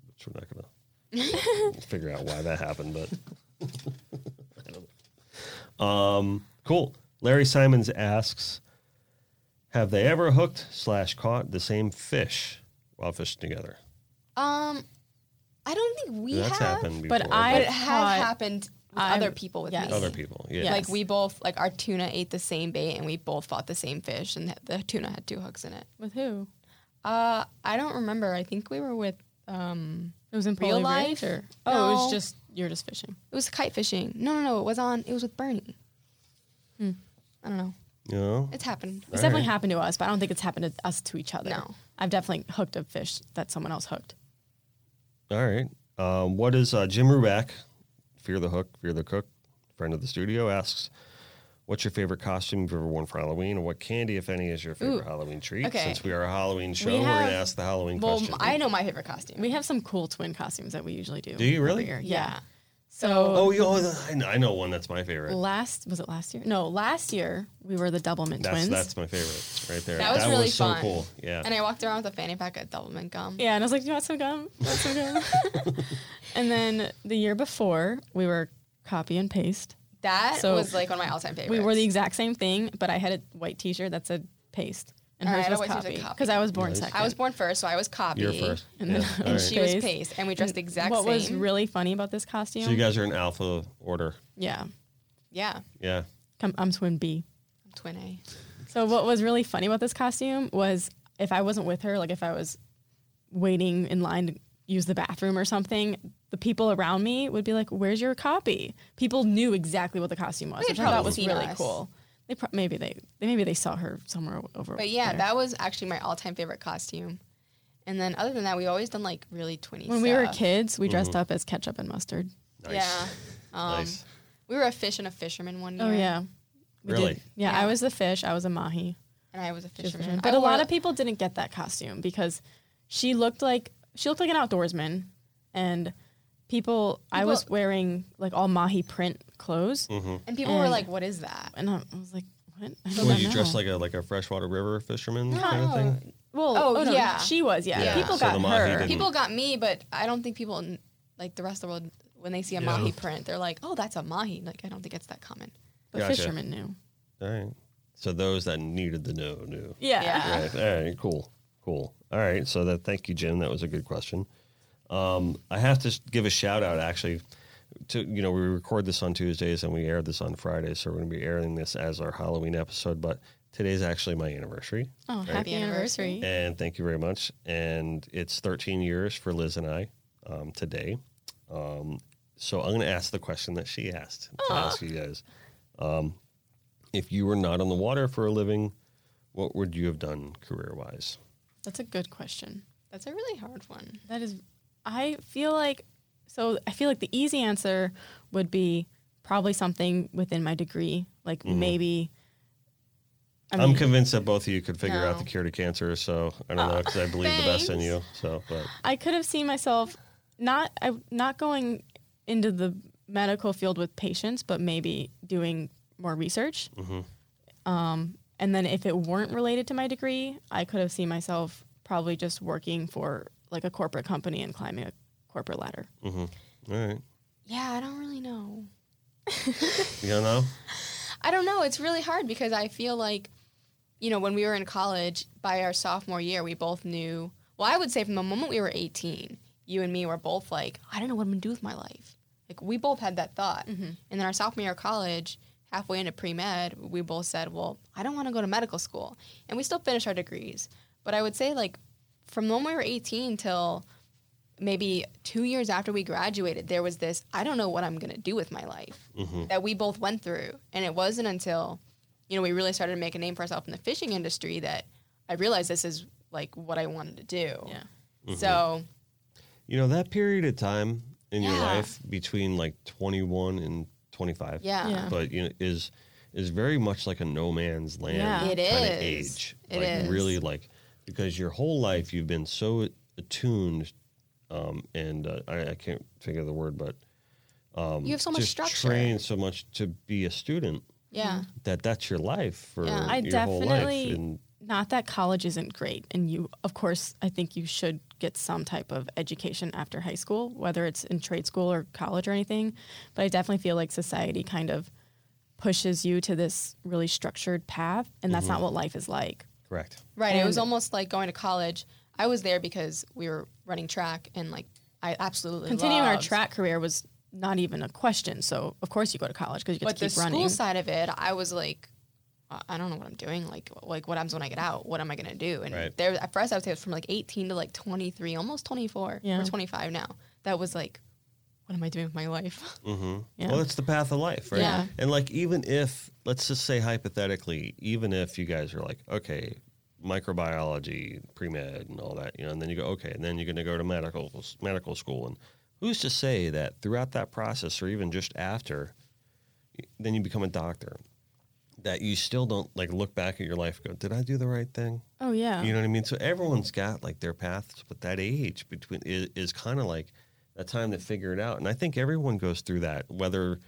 B: which we're not gonna figure out why that happened, but I don't know. um cool. Larry Simons asks, have they ever hooked slash caught the same fish while fishing together?
D: um, I don't think we
B: That's
D: have.
B: happened before.
C: But I-
D: But it has
C: Caught-
D: happened with
C: I'm-
D: other people with
C: yes.
D: me.
B: other people. Yeah.
C: Yeah.
D: Like we both like our tuna ate the same bait and we both fought the same fish and the tuna had two hooks in it.
C: With who?
D: Uh, I don't remember. I think we were with um,
C: It was in
D: Real
C: Poly
D: life?
C: Ridge, or- oh, it was
D: No.
C: just you're just fishing.
D: it was kite fishing. No, no, no. It was on. It was with Bernie. I don't know.
B: You know?
D: It's happened.
C: It's definitely happened to us, but I don't think it's happened to us to each other.
D: No.
C: I've definitely hooked a fish that someone else hooked.
B: All right. Um, what is uh, Jim Ruback Fear the Hook, Fear the Cook, friend of the studio, asks, What's your favorite costume you've ever worn for Halloween? And what candy, if any, is your favorite Halloween treat?
D: okay.
B: Since we are a Halloween show, we are
D: have-
B: going to ask the Halloween
D: Well,
B: question.
D: I know my favorite costume.
C: We have some cool twin costumes that we usually do.
B: Do you
C: every
B: really?
C: year. Yeah.
D: yeah.
C: So
B: oh, you, oh, I know- I know one that's my favorite.
C: last was it last year? No, last year we were the Doublemint
B: that's,
C: twins.
B: that's my favorite right there.
D: That was really
B: so
D: fun.
B: cool. Yeah.
D: And I walked around with a fanny pack of Doublemint gum.
C: yeah, and I was like, "Do you want some gum? You want some gum?" and then the year before, we were copy and paste.
D: That
C: So-
D: was like one of my all-time favorites.
C: We wore the exact same thing, but I had a white T-shirt that said paste, and
D: All
C: hers
D: right, I
C: was
D: always did a
C: copy
D: copy.
C: because I was born second.
D: I was born first, so I was copy.
B: You're first.
C: And then-
B: Yeah. All
C: and
B: right.
D: And she was
C: Paste.
D: paste, and we dressed the exact
C: What
D: same.
C: was really funny about this costume?
B: So you guys are in alpha order.
C: yeah,
D: yeah,
B: Yeah.
C: Come, I'm twin B.
D: twin A.
C: So what was really funny about this costume was if I wasn't with her, like if I was waiting in line to use the bathroom or something, the people around me would be like, "Where's your copy?" People knew exactly what the costume was,
D: They'd
C: which I thought
D: probably
C: was
D: seen
C: really
D: us.
C: cool. They pro- maybe they, they maybe they saw her somewhere over.
D: But yeah,
C: there.
D: that was actually my all-time favorite costume. And then other than that, we always done like really twinny.
C: when we were
D: stuff.
C: kids, we dressed up as ketchup and mustard.
B: Nice.
D: yeah, um,
B: nice.
D: we were a fish and a fisherman one year.
C: Oh yeah, we did-
B: Really?
C: Yeah,
D: Yeah.
C: I was the fish. I was a mahi.
D: and I was a
C: Just
D: fisherman.
C: fisherman.
D: I
C: But a lot
D: wore-
C: of people didn't get that costume because she looked like she looked like an outdoorsman, and people, I
D: People-
C: was wearing like all mahi print clothes,
B: Mm-hmm.
D: and people were
C: and-
D: like, "What is that?"
C: and I I was like, what? I
B: So
C: don't
B: Would you
C: know.
B: dress like a like a freshwater river fisherman kind of thing?
C: Well,
D: Oh,
C: oh, no,
D: yeah.
C: she was. Yeah,
D: Yeah.
C: people
B: So the
C: got
B: mahi
C: her.
B: didn't-
D: People got me, but I don't think people in- like the rest of the world when they see a mahi print, they're like, "Oh, that's a mahi." Like I don't think it's that common.
C: But
B: Gotcha.
C: fishermen knew.
B: All right. So those that needed the no knew.
C: Yeah.
D: Yeah.
B: All right. All right. Cool. Cool. All right. So that. Thank you, Jim. That was a good question. Um, I have to s- give a shout out actually. To you know, we record this on Tuesdays and we air this on Fridays, so we're going to be airing this as our Halloween episode. But today's actually my anniversary.
C: Oh, happy
D: anniversary.
C: anniversary!
B: And thank you very much. And it's 13 years for Liz and I um, today. Um, so I'm going to ask the question that she asked to ask you guys. Um, if you were not on the water for a living, what would you have done career wise?
C: That's a good question.
D: That's a really hard one.
C: That is, I feel like, so I feel like the easy answer would be probably something within my degree, like maybe. I
B: Mm-hmm. I'm
C: mean,
B: convinced that both of you could figure out
D: No.
B: the cure to cancer. So I don't know because I believe the best in
D: thanks.
B: you. So, but
C: I could have seen myself not I not going into the medical field with patients, but maybe doing more research. Um, and then if it weren't related to my degree, I could have seen myself probably just working for like a corporate company and climbing a corporate ladder.
B: all right,
D: Yeah, I don't really know.
B: you don't know.
D: I don't know. It's really hard because I feel like, you know, when we were in college, by our sophomore year, we both knew. Well, I would say from the moment we were 18, you and me were both like, I don't know what I'm going to do with my life. Like, we both had that thought. And then our sophomore year of college, halfway into pre med, we both said, Well, I don't want to go to medical school. And we still finished our degrees. But I would say, like, from the moment we were 18 till maybe two years after we graduated, there was this I don't know what I'm going to do with my life that we both went through. And it wasn't until, you know, we really started to make a name for ourselves in the fishing industry that I realized this is like what I wanted to do.
C: Yeah.
D: So,
B: You know that period of time in your
D: Yeah.
B: life between like 21 and 25.
D: yeah.
C: Yeah.
B: but you know is is very much like a no man's land
C: Yeah.
D: It
B: kind of
D: is.
B: age
D: It
B: like
D: is.
B: really like because your whole life you've been so attuned um and uh, I, I can't figure the word but
D: You have so much
B: just
D: structure.
B: trained so much to be a student
D: Yeah.
B: that that's your life for
D: Yeah.
B: your
C: I
B: whole life
C: definitely-
B: and
C: Not that college isn't great, and you, of course, I think you should get some type of education after high school, whether it's in trade school or college or anything. But I definitely feel like society kind of pushes you to this really structured path, and that's not what life is like.
B: correct
D: Right. it was
C: And-
D: almost like going to college. I was there because we were running track and like I absolutely
C: Continuing our
D: loved-
C: track career was not even a question, so of course you go to college because you get
D: But
C: to
D: the
C: keep
D: school
C: running.
D: side of it, I was like, I I don't know what I'm doing. Like, like what happens when I get out? What am I gonna do? And
B: Right.
D: there, at first, I would say it was from like 18 to like 23, almost 24
C: Yeah.
D: or 25 now. That was like, what am I doing with my life?
C: Yeah.
B: Mm-hmm. Well, that's the path of life, right?
C: Yeah.
B: And like, even if, let's just say hypothetically, even if you guys are like, okay, microbiology, pre med, and all that, you know, and then you go, okay, and then you're going to go to medical medical school and who's to say that throughout that process or even just after then you become a doctor that you still don't like look back at your life and go did i do the right thing
C: Oh yeah.
B: you know what i mean so everyone's got like their paths but that age between is, is kind of like a time to figure it out and i think everyone goes through that whether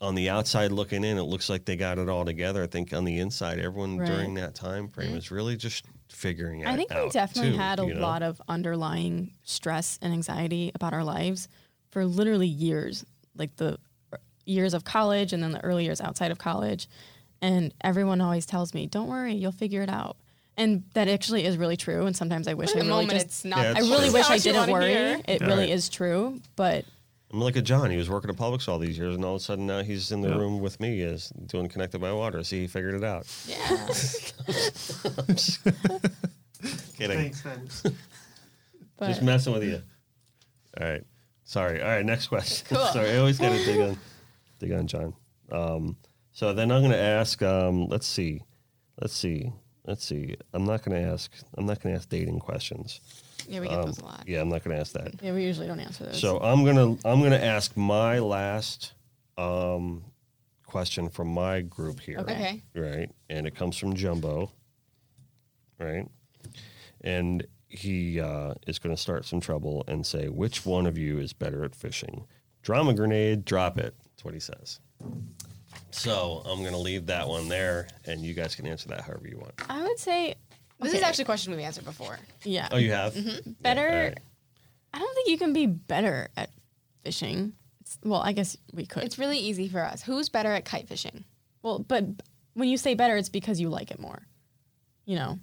B: on the outside looking in it looks like they got it all together i think on the inside everyone
C: Right. Mm-hmm.
B: during that time frame is really just figuring it out
C: I think we definitely
B: too,
C: had a
B: you know?
C: lot of underlying stress and anxiety about our lives for literally years, like the years of college and then the early years outside of college. And everyone always tells me, "Don't worry, you'll figure it out." And that actually is really true. And sometimes I wish
D: In
C: I
D: the
C: really
D: moment,
C: just
D: it's not.
B: Yeah,
C: I
B: That's
C: really
B: true.
C: wish I
D: That's what you
C: didn't
D: wanna
C: worry.
D: hear.
C: It
B: Yeah.
C: really
B: Right.
C: is true, but
B: I'm like a John. He was working at Publix all these years, and all of a sudden now he's in the room with me, is doing connected by water. See, he figured it out.
D: Yeah.
B: Kidding,
E: Thanks, thanks.
C: but
B: just messing with you. All right, sorry. All right, next question.
D: Cool.
B: sorry, I always gotta dig on, dig on John. Um, so then I'm gonna ask. Um, let's see, let's see, let's see. I'm not gonna ask. I'm not gonna ask dating questions.
D: Yeah, we get
B: Um,
D: those a lot.
B: Yeah, I'm not gonna ask that.
C: yeah, we usually don't answer those.
B: So I'm gonna I'm gonna ask my last um, question from my group here.
D: Okay.
B: Right, and it comes from Jumbo. Right, and he uh, is going to start some trouble and say, "Which one of you is better at fishing? Drama grenade, drop it." That's what he says. So I'm going to leave that one there, and you guys can answer that however you want.
C: I would say,
D: This is
C: Okay.
D: actually a question we've answered before.
C: yeah,
B: Oh, you have
D: Mm-hmm.
C: better.
B: All right.
C: I don't think you can be better at fishing. It's, well, I guess we could.
D: It's really easy for us. Who's better at kite fishing?
C: Well, but when you say better, it's because you like it more. You know,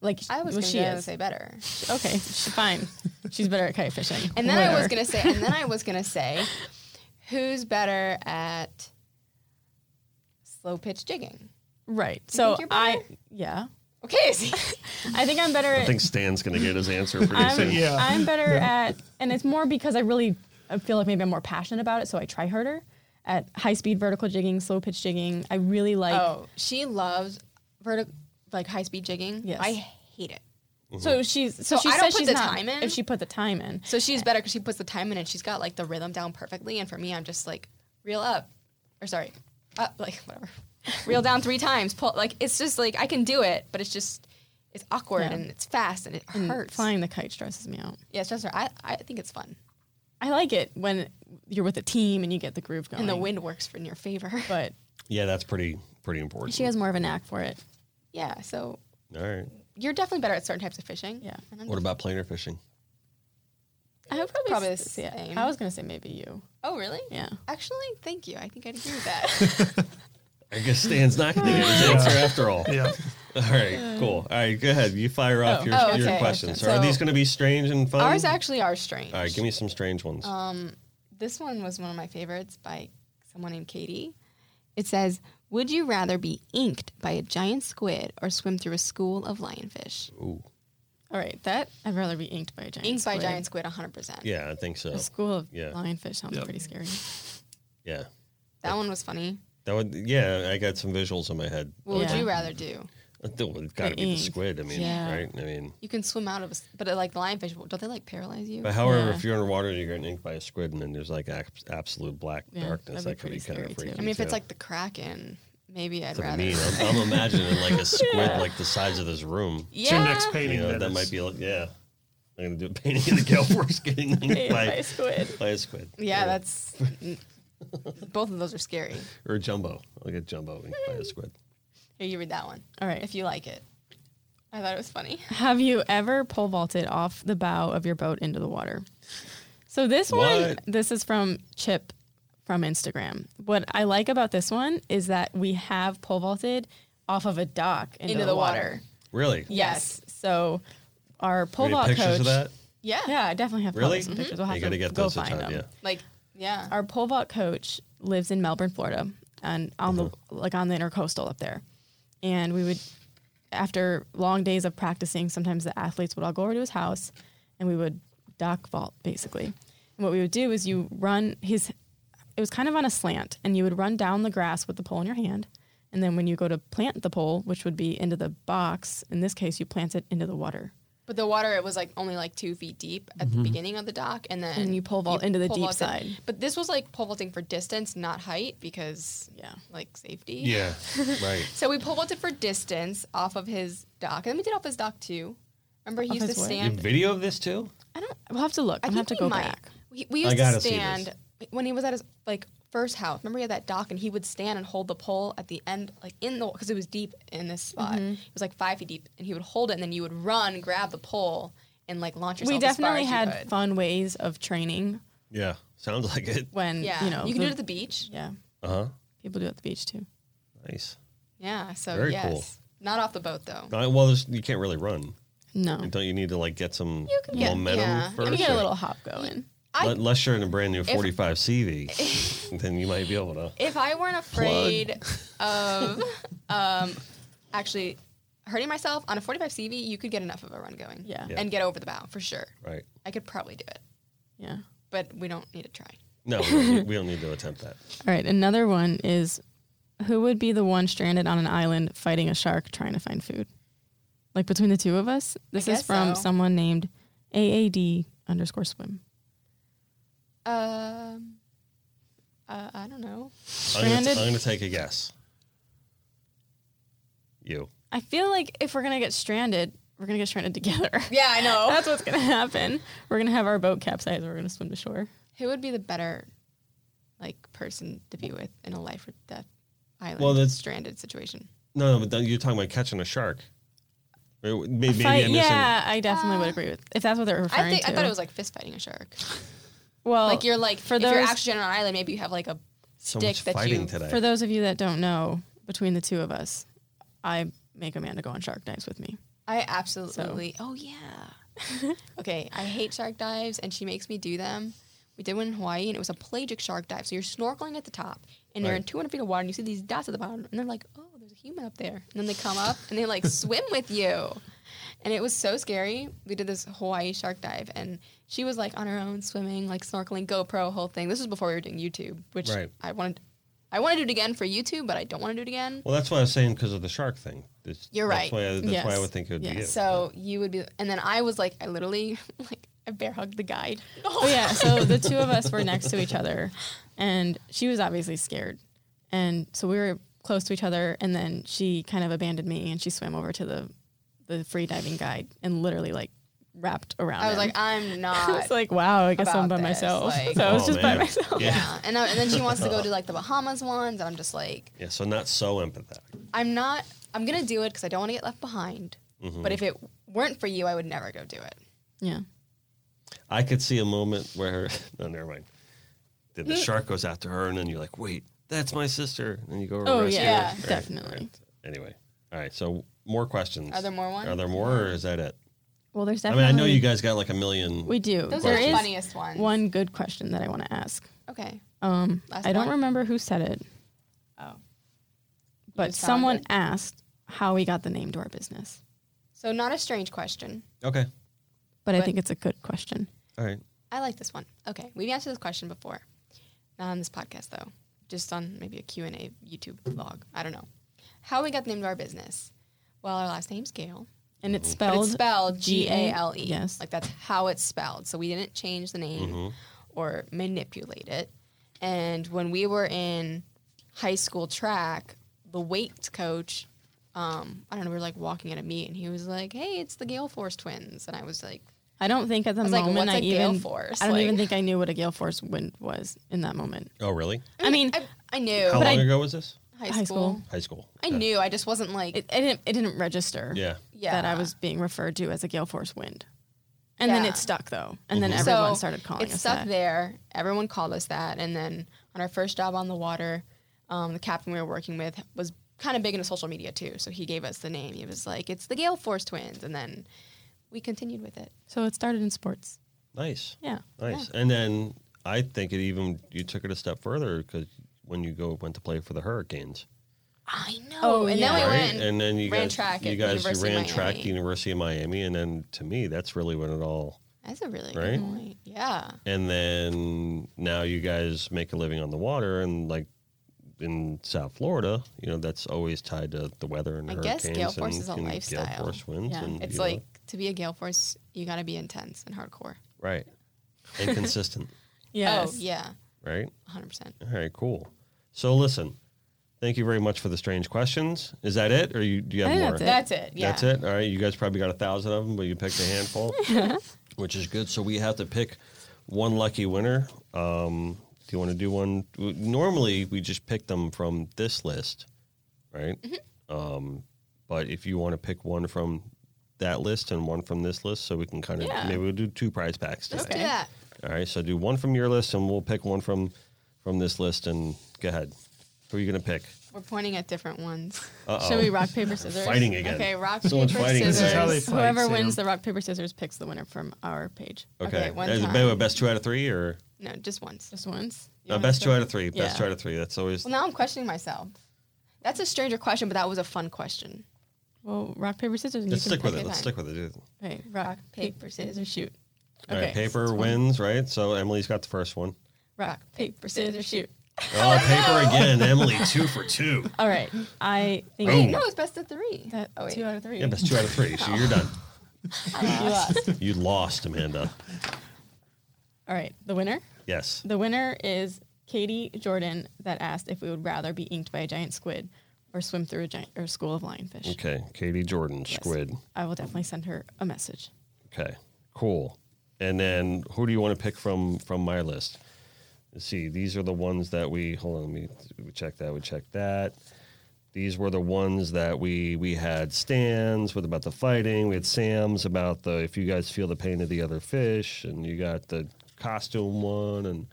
C: like
D: I was
C: well,
D: going
C: she
D: to
C: is
D: say better.
C: okay. She, fine, she's better at kite fishing.
D: And then I
C: Whatever.
D: was gonna say, and then I was gonna say, who's better at slow pitch jigging?
C: right. So
D: you're
C: I
D: better?
C: yeah,
D: Okay, see,
C: I think I'm better.
B: I
C: At,
B: think Stan's going to get his answer pretty
D: Um,
B: soon.
C: I'm,
E: Yeah.
C: I'm better at, and it's more because I really I feel like maybe I'm more passionate about it, so I try harder at high speed vertical jigging, slow pitch jigging. I really like.
D: oh, she loves vertical, like high speed jigging.
C: Yes.
D: I hate it.
C: So she's so
D: So
C: she
D: I
C: says
D: don't put
C: she's
D: the
C: not,
D: time in?
C: If she put the time in,
D: So she's better because she puts the time in and she's got like the rhythm down perfectly. And for me, I'm just like reel up, or sorry, up, like whatever, reel down three times. Pull, like it's just like I can do it, but it's just it's awkward
C: Yeah.
D: and it's fast and it hurts.
C: flying the kite stresses me out.
D: Yeah, Spencer, I I think it's fun
C: I like it when you're with a team and you get the groove going.
D: and the wind works for in your favor.
C: but
B: Yeah, that's pretty pretty important.
C: She has more of a knack for it.
D: Yeah, so
B: All right.
D: you're definitely better at certain types of fishing.
C: Yeah.
D: And I'm
B: What about planer fishing?
C: I would probably,
D: Probably
C: s-
D: the
C: say-
D: same.
C: I was gonna say maybe you.
D: Oh, really?
C: Yeah.
D: Actually, thank you. I think I'd agree with that.
B: I guess Stan's not going to get his answer after all.
E: Yeah.
B: All right, cool. All right, go ahead. You fire off your,
D: Oh,
B: your
D: okay.
B: questions. So, are these
D: So-
B: going to be strange and fun?
D: Ours Um, actually are strange.
B: Um, all right, give me some strange ones.
D: this one was one of my favorites by someone named Katie. It says, "Would you rather be inked by a giant squid or swim through a school of lionfish?"
C: All right, that I'd rather be inked by a giant.
D: Inked by a
C: squid.
D: giant squid, 100%.
B: yeah, I think so.
C: A school of
B: Yeah.
C: lionfish sounds
E: Yep.
C: pretty scary.
B: Yeah,
D: That one was funny.
B: that would. Yeah, I got some visuals in my head.
D: What
C: Yeah.
D: would you rather do?
B: It's got to be the
C: ink.
B: squid. I mean,
C: Yeah.
B: right? I mean,
D: You can swim out of a, s- but uh, like the lionfish, don't they like paralyze you?
B: but however,
C: Yeah.
B: if you're underwater, you're getting inked by a squid, and then there's like abs- absolute black
C: Yeah,
B: darkness. That
C: that'd
B: could
C: be
B: be kind of
C: pretty scary,
B: freaky.
C: too.
D: I mean, if it's
B: too.
D: like the kraken, maybe I'd
B: That's what I
D: rather.
B: mean, I'm, I'm imagining like a squid, like the size of this room.
D: Yeah.
E: So next
B: You
E: painting
B: know,
E: that,
B: that
E: is-
B: might be like, yeah. I'm gonna do a painting of the Gale Force getting
C: Inked by a
B: by,
C: squid.
B: by a squid.
D: Yeah, that's both of those are scary.
B: Or jumbo. I'll get jumbo inked by a squid.
D: Here, you read that one.
C: All right.
D: If you like it. I thought it was funny.
C: Have you ever pole vaulted off the bow of your boat into the water? So this one,
B: What?
C: this is from Chip from Instagram. What I like about this one is that we have pole vaulted off of a dock into, the, water.
B: Really?
C: Yes. So our pole
B: We get
C: vault
B: pictures
C: coach.
B: of that?
D: Yeah.
C: Yeah, I definitely have
B: Really?
C: probably some pictures. We'll have
B: You
C: to
B: gotta get
C: go
B: those to
C: find
B: Todd,
C: them.
B: yeah.
D: Like, yeah.
C: Our pole vault coach lives in Melbourne, Florida, and on the like on the intercoastal up there. And we would, after long days of practicing, sometimes the athletes would all go over to his house, and we would dock vault basically. And what we would do is you run his. It was kind of on a slant, and you would run down the grass with the pole in your hand. And then when you go to plant the pole, which would be into the box, in this case, you plant it into the water.
D: but But the water it was like only like two feet deep at the beginning of the dock, and then
C: Mm-hmm. And you pole vault into the deep
D: vaulted.
C: side.
D: But this was like pole vaulting for distance, not height, because
C: Yeah.
D: like safety.
B: Yeah. right.
D: So we pole vaulted for distance off of his dock, and then we did off his dock too. Remember, he used
C: his
D: the
C: what?
B: You
D: stand.
B: video of this too?
C: I don't. We'll have to look.
D: I
C: I'm gonna have to
D: think
C: go
D: we might.
C: back.
D: We, we
B: I
D: used
B: gotta
D: to
B: see this.
D: stand when he was at his like first house. Remember, he had that dock, and he would stand and hold the pole at the end, like in the because it was deep in this spot.
C: Mm-hmm.
D: It was like five feet deep, and he would hold it, and then you would run, grab the pole, and like launch yourself.
C: We
D: as far
C: definitely
D: as you
C: had
D: could.
C: fun ways of training
B: Yeah. Sounds like it.
C: when
D: Yeah,
C: you know
D: you can do it at the beach.
C: yeah
B: Uh huh.
C: people do it at the beach too.
B: Nice.
D: Yeah, so
B: Very
D: yes,
B: cool.
D: not off the boat though.
B: Uh, well, there's, you can't really run.
C: No,
B: Don't you need to like get some
D: can get-
B: momentum
D: yeah. You
B: first?
C: we get a
B: or-
C: little hop going.
D: I-
B: unless you're in a brand new 45 CV, then you might be able to.
D: If I weren't afraid of um, actually hurting myself on a 45 CV, you could get enough of a run going.
C: Yeah.
B: Yeah.
D: And get over the bow for sure.
B: Right.
D: I could probably do it,
C: Yeah.
D: but we don't need to try.
B: No, we don't, need- we don't need to attempt that.
C: All right. Another one is, who would be the one stranded on an island fighting a shark trying to find food? Like between the two of us. This is
D: guess
C: from
D: so.
C: someone named AAD underscore swim.
D: Um, uh, I don't know.
B: I'm gonna,
C: Stranded?
B: I'm gonna take a guess. You.
C: I feel like if we're gonna get stranded, we're gonna get stranded together.
D: Yeah, I know.
C: That's what's gonna happen. We're gonna have our boat capsize. We're gonna swim to shore.
D: Who would be the better like person to be with in a life or death island
B: Well, that's-
D: stranded situation?
B: No, no, but then you're talking about catching a shark. Or w- may- Maybe,
C: Fight, Ah.
B: I'm missing.
C: yeah, I definitely would agree with if that's what they're referring
D: I think
C: to.
D: I thought it was like fist fighting a shark.
C: well,
D: like you're like
C: for
D: for if you're
C: those-
D: actually on an island, maybe you have like a
B: So
D: stick
B: much
D: that
B: fighting
D: you
B: today.
C: For those of you that don't know, between the two of us, I make Amanda go on shark dives with me.
D: I absolutely. Oh yeah. okay, I hate shark dives, and she makes me do them. We did one in Hawaii, and it was a pelagic shark dive. So you're snorkeling at the top, and you're in
B: Right.
D: 200 feet of water, and you see these dots at the bottom, and they're like, "Oh, there's a human up there." And then they come up, and they like swim with you, and it was so scary. We did this Hawaii shark dive, and she was like on her own swimming, like snorkeling, GoPro, whole thing. This was before we were doing YouTube, which
B: Right.
D: I wanted. I want to do it again for YouTube, but I don't want to do it again.
B: well, that's why I was saying because of the shark thing. It's-
D: You're
B: that's
D: right.
B: Why I, that's why I
C: Yes.
B: would think it would be
C: Yes.
B: you.
D: So you would be, and then I was like, I literally like I bear hugged the guide.
C: Oh yeah, so the two of us were next to each other, and she was obviously scared, and so we were close to each other, and then she kind of abandoned me and she swam over to the the free diving guide and literally like wrapped around.
D: I was
C: him.
D: like, I'm
C: I was
D: not.
C: like, wow, I guess I'm
D: about
C: by
D: this,
C: myself.
D: like-
C: so I was
B: Oh,
C: just
B: man.
C: by myself.
D: yeah, and, I, and then she wants to go to like the Bahamas ones, and I'm just like,
B: Yeah. So not so empathetic.
D: I'm not. I'm gonna do it because I don't want to get left behind. But if it weren't for you, I would never go do it.
C: Yeah,
B: I could see a moment where no, never mind. Then
D: Mm.
B: the shark goes after her, and then you're like, "Wait, that's my sister," and then you go.
C: Oh,
B: rescue her.
C: yeah,
B: Right,
C: definitely.
B: right. Anyway, all right. So more questions.
D: Are there more ones?
B: Are there more, or is that it?
C: well, there's
B: I
C: definitely.
B: mean, I know you guys got like a million.
C: We do.
D: Those
C: There
D: are the
C: is
D: funniest ones.
C: One good question that I want to ask.
D: Okay.
C: Um,
D: Last
C: I don't
D: one?
C: remember who said it.
D: Oh.
C: But
D: just found
C: someone
D: it.
C: asked how we got the name to our business.
D: So not a strange question.
B: okay.
C: But, I
D: But-
C: think it's a good question.
B: All right.
D: I like this one. Okay, we've answered this question before, not on this podcast though, just on maybe a Q and A YouTube vlog. I don't know how we got the name of our business. Well, our last name's Gail.
C: And it's
D: But
C: spelled,
D: it's spelled G A L E.
C: Yes.
D: Like that's how it's spelled. So we didn't change the name
B: Mm-hmm.
D: or manipulate it. And when we were in high school track, the weight coach, um, I don't know, we were like walking at a meet and he was like, Hey, it's the Gale Force twins. And I was like,
C: I don't think at the
D: was like,
C: moment
D: what's
C: I
D: a gale
C: even
D: force?
C: I don't even
D: Like-
C: think I knew what a gale force wind was in that moment.
B: Oh, really?
C: I mean,
D: I, I knew
B: How
D: but
B: long ago was this?
D: I,
C: High school.
D: high school.
B: High school.
D: I
B: Okay.
D: knew. I just wasn't like,
C: it, it didn't it didn't register
B: Yeah.
D: yeah.
C: that I was being referred to as a gale force wind. And then
D: Yeah.
C: it stuck though. And
B: Mm-hmm.
C: then
D: So
C: everyone started calling
D: it
C: us
D: stuck
C: that.
D: there. Everyone called us that, and then on our first job on the water, um, the captain we were working with was kind of big into social media too. So he gave us the name. He was like, "It's the Gale Force Twins," and then we continued with it.
C: So it started in sports.
D: Oh,
B: Nice.
C: Yeah.
B: Nice. And then I think it even you took it a step further because when you go went to play for the Hurricanes.
D: I know.
C: Oh,
D: and
C: yeah.
D: then we
B: right?
D: went.
B: and then you
D: ran
B: guys,
D: track
B: you
D: at
B: guys
D: University of
B: ran track
D: Miami.
B: University of Miami, and then to me, that's really when it all.
D: That's a really
B: Right?
D: good point. Yeah.
B: And then now you guys make a living on the water, and like in South Florida, you know, that's always tied to the weather and
D: I
B: hurricanes.
D: guess gale force
B: and,
D: is a
B: and Gale
D: lifestyle.
B: force winds.
C: Yeah.
B: And,
D: It's
B: you know,
D: like to be a gale force, you got to be intense and hardcore.
B: right, and consistent,
C: Yes.
D: Oh yeah,
B: right?
D: 100. percent
B: All right, cool. So listen, thank you very much for the strange questions. Is that it, or you do you have
C: I think
B: more?
C: that's it.
D: That's it. Yeah.
B: That's it. All right, you guys probably got a thousand of them, but you picked a handful, which is good. So we have to pick one lucky winner. Um, do you want to do one? Normally, we just pick them from this list, right?
C: Mm-hmm.
B: Um, but if you want to pick one from that list and one from this list, so we can kind of
C: Yeah.
B: maybe we'll do two prize packs.
D: Let's
B: today.
D: do that.
B: All right, so do one from your list, and we'll pick one from from this list. And go ahead. Who are you going to pick?
D: We're pointing at different ones.
B: Uh
C: Should we rock paper scissors?
B: Fighting again.
D: Okay, rock
B: Someone's
D: paper
B: fighting.
D: scissors.
E: This is how they
C: Scissors.
E: fight,
C: Whoever wins
E: Sam.
C: the rock paper scissors picks the winner from our page.
B: Okay.
D: Okay, one
B: Is it
D: time.
B: better, best two out of three or
D: No, just once.
C: Just once.
B: no, best two out of three? Best
C: Yeah.
B: two out of three. That's always
D: Well, now I'm questioning myself. That's a stranger question, but that was a fun question.
C: Well, rock paper scissors. And
B: let's
C: you can
B: stick with
C: pick
B: it. Let's
D: time.
B: stick with it. dude.
C: Okay, rock,
D: Rock,
C: paper scissors shoot.
B: All right,
C: Okay.
B: paper wins, right? So Emily's got the first one.
C: Rock paper scissors shoot.
B: Oh, paper again. Emily, two for two.
C: All right. I think
B: Boom.
D: No, it's best of three.
C: that
D: oh wait,
C: two out of three.
B: Yeah, best two out of three. So you're done.
C: You lost.
B: You lost, Amanda.
C: All right. The winner.
B: Yes.
C: The winner is Katie Jordan that asked if we would rather be inked by a giant squid or swim through a giant or school of lionfish.
B: Okay. Katie Jordan,
C: Yes.
B: squid.
C: I will definitely send her a message.
B: Okay. Cool. And then who do you want to pick from from my list? Let's see. These are the ones that we hold on. Let me we check that. We check that. These were the ones that we we had stands with about the fighting. We had Sam's about the if you guys feel the pain of the other fish, and you got the costume one, and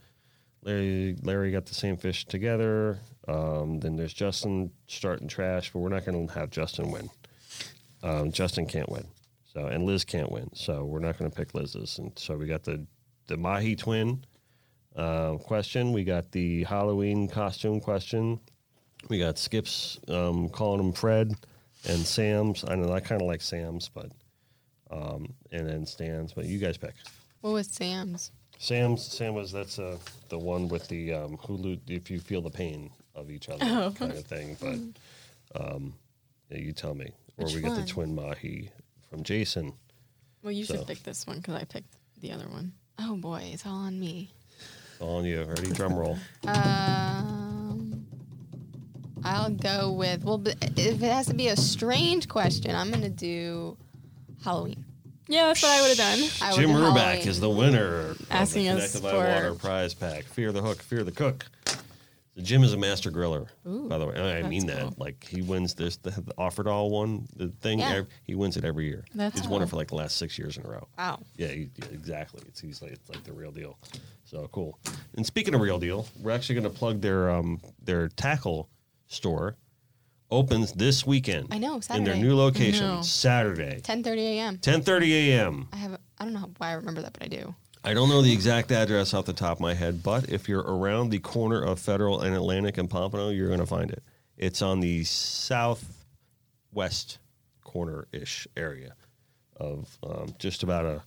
B: Larry Larry got the same fish together. Um, then there's Justin starting trash, but we're not going to have Justin win. Um, Justin can't win, so and Liz can't win, so we're not going to pick Liz's. And so we got the the Mahi twin uh, question. We got the Halloween costume question. We got Skip's um, calling him Fred and Sam's. I know I kind of like Sam's, but um, and then Stan's. But you guys pick.
D: what was Sam's?
B: Sam's Sam was that's uh, the one with the um, Hulu. If you feel the pain of each other,
D: Oh.
B: kind of thing. But um, yeah, you tell me, or
D: Mm. Which
B: we get
D: one?
B: the twin mahi from Jason.
C: Well, you
B: So.
C: should pick this one because I picked the other one.
D: Oh boy, it's all on me.
B: On you, already drum roll.
D: Um, I'll go with well, but if it has to be a strange question, I'm gonna do Halloween.
C: Yeah, that's what I would have done.
D: I
B: Jim
D: would do
B: Ruback
D: Halloween.
B: is the winner. of
C: Asking
B: the
C: us
B: Connected by Water
C: for-
B: prize pack. Fear the hook, fear the cook. So Jim is a master griller, by the way. And I
C: that's
B: mean that.
C: cool.
B: Like he wins this the, the offered all one the thing.
D: Yeah.
B: ev- he wins it every year.
C: That's
B: he's won it
C: cool.
B: for like the last six years in a row.
D: Wow.
B: Yeah, he, yeah, exactly. It's he's like it's like the real deal. So cool. And speaking of real deal, we're actually going to plug their um their tackle store opens this weekend.
D: I know,
B: in their
D: Saturday.
B: new location
C: I know.
B: Saturday,
D: 10:30 a.m.
B: 10:30 a.m.
D: I have I don't know why I remember that, but I do.
B: I don't know the exact address off the top of my head, but if you're around the corner of Federal and Atlantic and Pompano, you're going to find it. It's on the southwest corner ish area of um, just about a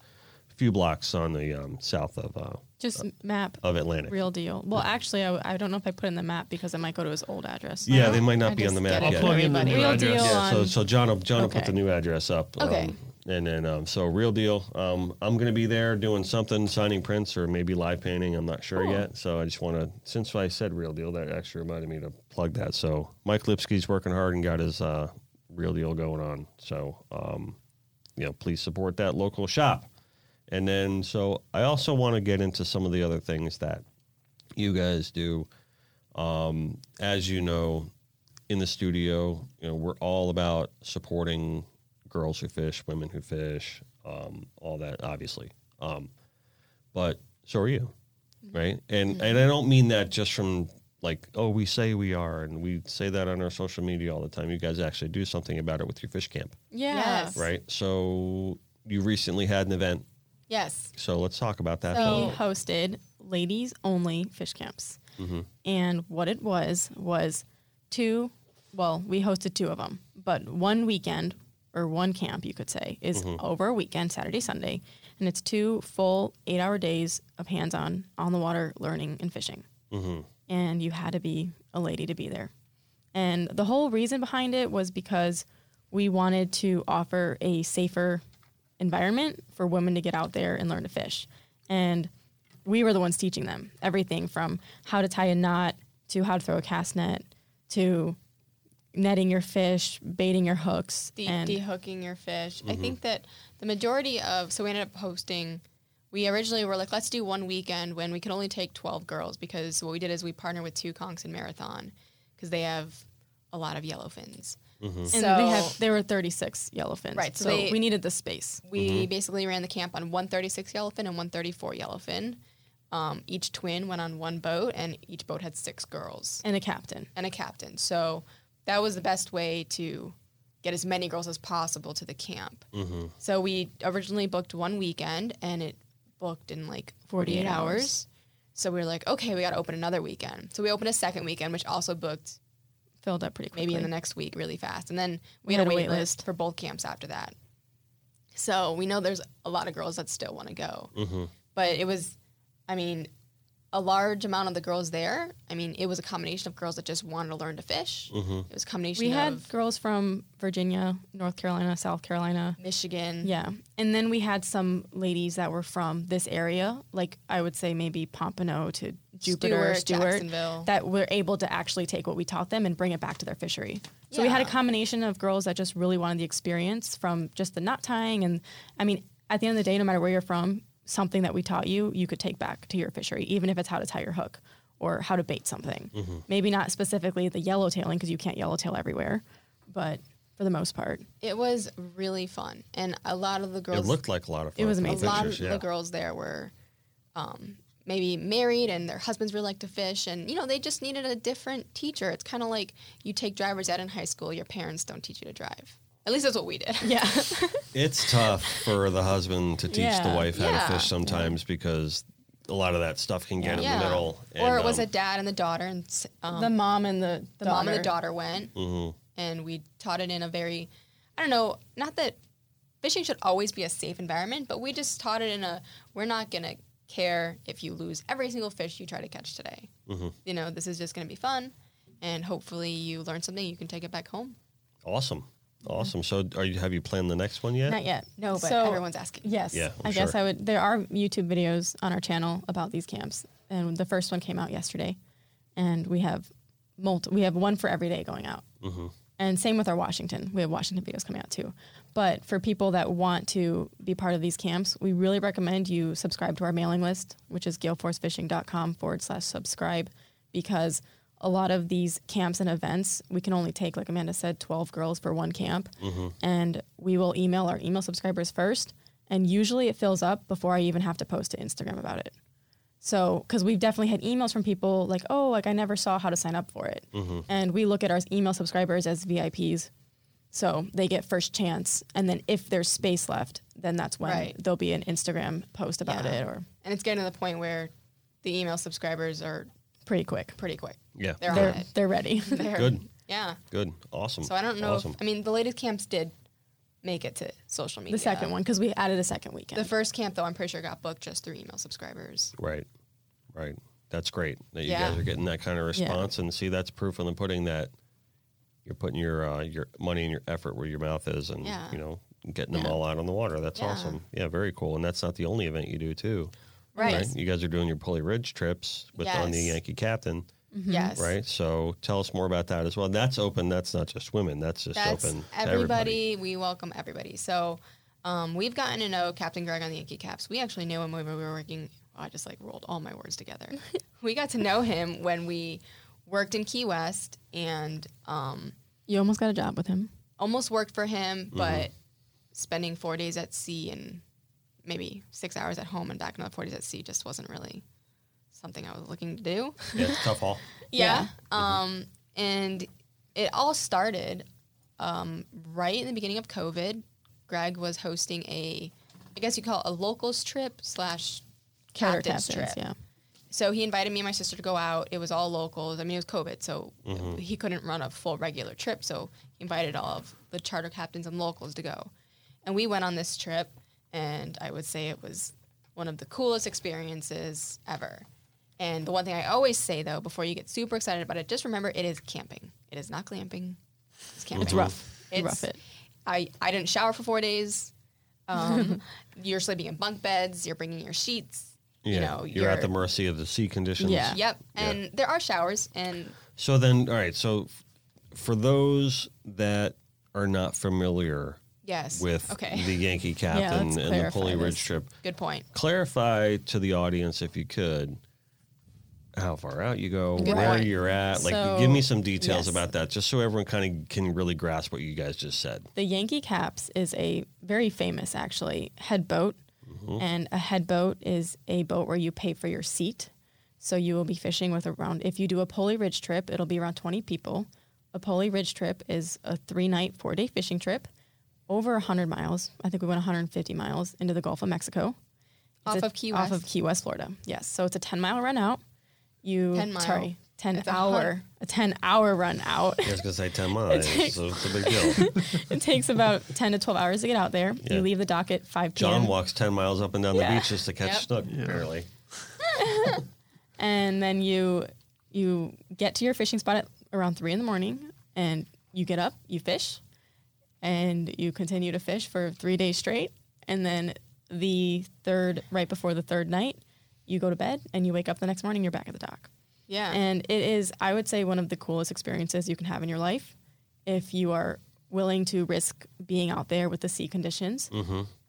B: few blocks on the um, south of uh,
C: Just map.
B: of Atlantic.
C: Real deal. Well, actually, I, w- I don't know if I put in the map because I might go to his old address.
B: Yeah, they might not
C: I
B: be on
C: just
B: the map
C: get it
B: yet.
C: for
E: I'll plug in the
C: everybody.
E: new
C: Real
E: address.
C: deal.
E: Yeah,
C: on,
B: So, so John, will- John will put
C: Okay.
B: the new address up.
D: Okay.
B: Um, and then, um, so real deal. Um, I'm going to be there doing something, signing prints or maybe live painting. I'm not sure yet. So I just want to, since I said real deal, that actually reminded me to plug that. So Mike Lipsky's working hard and got his uh, real deal going on. So, um, you know, please support that local shop. And then, so I also want to get into some of the other things that you guys do. Um, as you know, in the studio, you know, we're all about supporting girls who fish, women who fish, um, all that, obviously. Um, but so are you, right? And and I don't mean that just from like, oh, we say we are, and we say that on our social media all the time. You guys actually do something about it with your fish camp,
C: yeah.
D: Yes.
B: right? So you recently had an event,
D: Yes.
B: so let's talk about that.
D: So-
C: We hosted ladies only fish camps.
B: Mm-hmm.
C: And what it was was two, well, we hosted two of them, but one weekend or one camp, you could say, is
B: Mm-hmm.
C: over a weekend, Saturday, Sunday. And
B: Mm-hmm.
C: it's two full eight hour days of hands on, on the water learning and fishing. and you had to be a lady to be there. And the whole reason behind it was because we wanted to offer a safer environment for women to get out there and learn to fish. And we were the ones teaching them everything from how to tie a knot to how to throw a cast net to netting your fish, baiting your hooks,
D: de-
C: and
D: dehooking your fish. I think that the majority of so we ended up hosting. We originally were like, let's do one weekend when we could only take twelve girls because what we did is we partnered with two conks in Marathon because they have a lot of yellowfins. So
C: and they have there were 36 yellowfins.
D: Right,
C: so,
D: so they-
C: we needed the space.
D: we basically ran the camp on 136 yellowfin and 134 yellowfin. Um, each twin went on one boat, and each boat had six girls.
C: and a captain.
D: and a captain. So that was the best way to get as many girls as possible to the camp.
B: Mm-hmm.
D: So we originally booked one weekend and it booked in like 48 hours. So we were like, okay, we got to open another weekend. So we opened a second weekend, which also booked
C: Filled up pretty quickly.
D: maybe in the next week really fast. And then we, had, a wait, list for both camps after that. So we know there's a lot of girls that still want to go.
B: Mm-hmm.
D: But it was, I mean, a large amount of the girls there. I mean, it was a combination of girls that just wanted to learn to fish.
B: Mm-hmm.
D: It was a combination
C: we had
D: of
C: girls from Virginia, North Carolina, South Carolina.
D: Michigan.
C: Yeah. And then we had some ladies that were from this area, like I would say maybe Pompano to Jupiter,
D: Stewart,
C: Stewart,
D: Jacksonville.
C: that were able to actually take what we taught them and bring it back to their fishery. So we had a
D: Yeah.
C: combination of girls that just really wanted the experience from just the knot tying. And I mean, at the end of the day, no matter where you're from, something that we taught you, you could take back to your fishery, even if it's how to tie your hook or how to bait something. Maybe not specifically the yellowtailing because you can't yellowtail everywhere, but for the most part.
D: It was really fun. And a lot of the girls.
B: It looked like a lot of fun.
C: was
B: from the
C: amazing.
D: a lot of
B: pictures, yeah.
D: the girls there were um, maybe married and their husbands really like to fish and you know they just needed a different teacher it's kind of like you take driver's ed in high school your parents don't teach you to drive at least that's what we did
C: Yeah.
B: It's tough for the husband to teach
C: Yeah.
B: the wife how
D: Yeah.
B: to fish sometimes because a lot of that stuff can get in the middle.
D: or it
B: and,
D: was a
B: um,
D: dad and the daughter and s- um,
C: the mom and the,
D: the mom and the daughter went
B: Mm-hmm.
D: and we taught it in a very i don't know not that fishing should always be a safe environment but we just taught it in a we're not going to care if you lose every single fish you try to catch today
B: Mm-hmm.
D: you know this is just going to be fun and hopefully you learn something you can take it back home
B: awesome,
D: Mm-hmm.
B: awesome. So, are you have you planned the next one yet?
C: Not yet.
D: no but
C: So-
D: everyone's asking
C: Yes.
B: Yeah, I'm
C: I guess
B: sure.
C: I would. There are YouTube videos on our channel about these camps, and the first one came out yesterday, and we have multi, We have one for every day going out,
B: Mm-hmm.
C: and same with our Washington. We have Washington videos coming out too. But for people that want to be part of these camps, we really recommend you subscribe to our mailing list, which is galeforcefishing.com forward slash subscribe, because a lot of these camps and events, we can only take, like Amanda said, 12 girls for one camp. And we will email our email subscribers first. And usually it fills up before I even have to post to Instagram about it. So, because we've definitely had emails from people like, oh, like I never saw how to sign up for it. And we look at our email subscribers as VIPs. So they get first chance. And then if there's space left, then that's when
D: Right.
C: there'll be an Instagram post about
D: Yeah.
C: it or
D: and it's getting to the point where the email subscribers are
C: pretty quick.
D: pretty quick
B: Yeah.
D: they're on
C: They're,
D: it
C: they're ready.
D: They're-
B: Good.
D: yeah
B: Good. Awesome.
D: so i don't know
B: Awesome.
D: if i mean the latest camps did make it to social media
C: the second one, because we added a second weekend.
D: the first camp though i'm pretty sure got booked just through email subscribers
B: Right. Right. That's great that you
D: Yeah.
B: guys are getting that kind of response and see that's proof in the pudding that you're putting your uh, your money and your effort where your mouth is and
D: Yeah.
B: you know getting them all out on the water. That's
D: Yeah.
B: awesome. Yeah, very cool. And that's not the only event you do too.
D: Right.
B: You guys are doing your Pulley Ridge trips with on the
D: Yes.
B: Yankee Captain,
D: Yes.
B: right? So tell us more about that as well. That's open. That's not just women. That's just
D: That's
B: open. to everybody.
D: everybody. We welcome everybody. So um, we've gotten to know Captain Greg on the Yankee Caps. We actually knew him when we were working. I just like rolled all my words together. we got to know him when we worked in Key West and um,
C: you almost got a job with him.
D: almost worked for him,
B: Mm-hmm.
D: but spending four days at sea and maybe six hours at home and back another four days at sea just wasn't really something I was looking to do.
B: Yeah, it's a tough haul.
D: Yeah. Um, and it all started um, right in the beginning of COVID. Greg was hosting a, I guess you call it a locals trip slash
C: Charter
D: captain's trip.
C: captains, yeah.
D: So he invited me and my sister to go out. It was all locals. I mean, it was COVID, so
B: Mm-hmm.
D: he couldn't run a full regular trip. So he invited all of the charter captains and locals to go. And we went on this trip, and I would say it was one of the coolest experiences ever. And the one thing I always say though, before you get super excited about it, just remember it is camping. It is not glamping. It's camping.
C: It's rough. You rough it.
D: I, I didn't shower for four days. Um, you're sleeping in bunk beds. You're bringing your sheets.
B: Yeah,
D: You know,
B: you're, at the mercy of the sea conditions.
C: Yeah.
D: Yep. And there are showers. And
B: So then, all right. So f- for those that are not familiar
D: yes.
B: with
D: okay.
B: the Yankee
C: let's
B: captain and the
C: clarify
B: Pulley Ridge
C: this.
B: trip,
D: Good point.
B: clarify to the audience if you could how far out you go,
D: Good
B: where
D: point.
B: you're at. Like,
C: So,
B: give me some details
C: yes.
B: about that, just so everyone kind of can really grasp what you guys just said.
C: The Yankee Caps is a very famous, actually, head boat. And a head boat is a boat where you pay for your seat. So you will be fishing with around, if you do a Polly Ridge trip, it'll be around 20 people. A Polly Ridge trip is a three night, four day fishing trip over 100 miles. I think we went 150 miles into the Gulf of Mexico.
D: Off
C: It's a-
D: of Key
C: Off of
D: West.
C: Key West, Florida. Yes. So it's a 10 mile run out. You,
D: 10 mile.
C: sorry, 10
D: It's a hun-
C: hour, a 10 hour run out.
B: I was gonna say ten miles, so it's a big deal.
C: It takes about 10 to 12 hours to get out there.
B: Yeah.
C: You leave the dock at 5 p.m.
B: John walks ten miles up and down the
C: Yeah.
B: beach just to catch
D: Yep.
B: snook, apparently.
C: and then you you get to your fishing spot at around 3 in the morning and you get up, you fish, and you continue to fish for 3 days straight and then the third right before the third night, you go to bed and you wake up the next morning you're back at the dock.
D: Yeah.
C: And it is, I would say, one of the coolest experiences you can have in your life if you are willing to risk being out there with the sea conditions.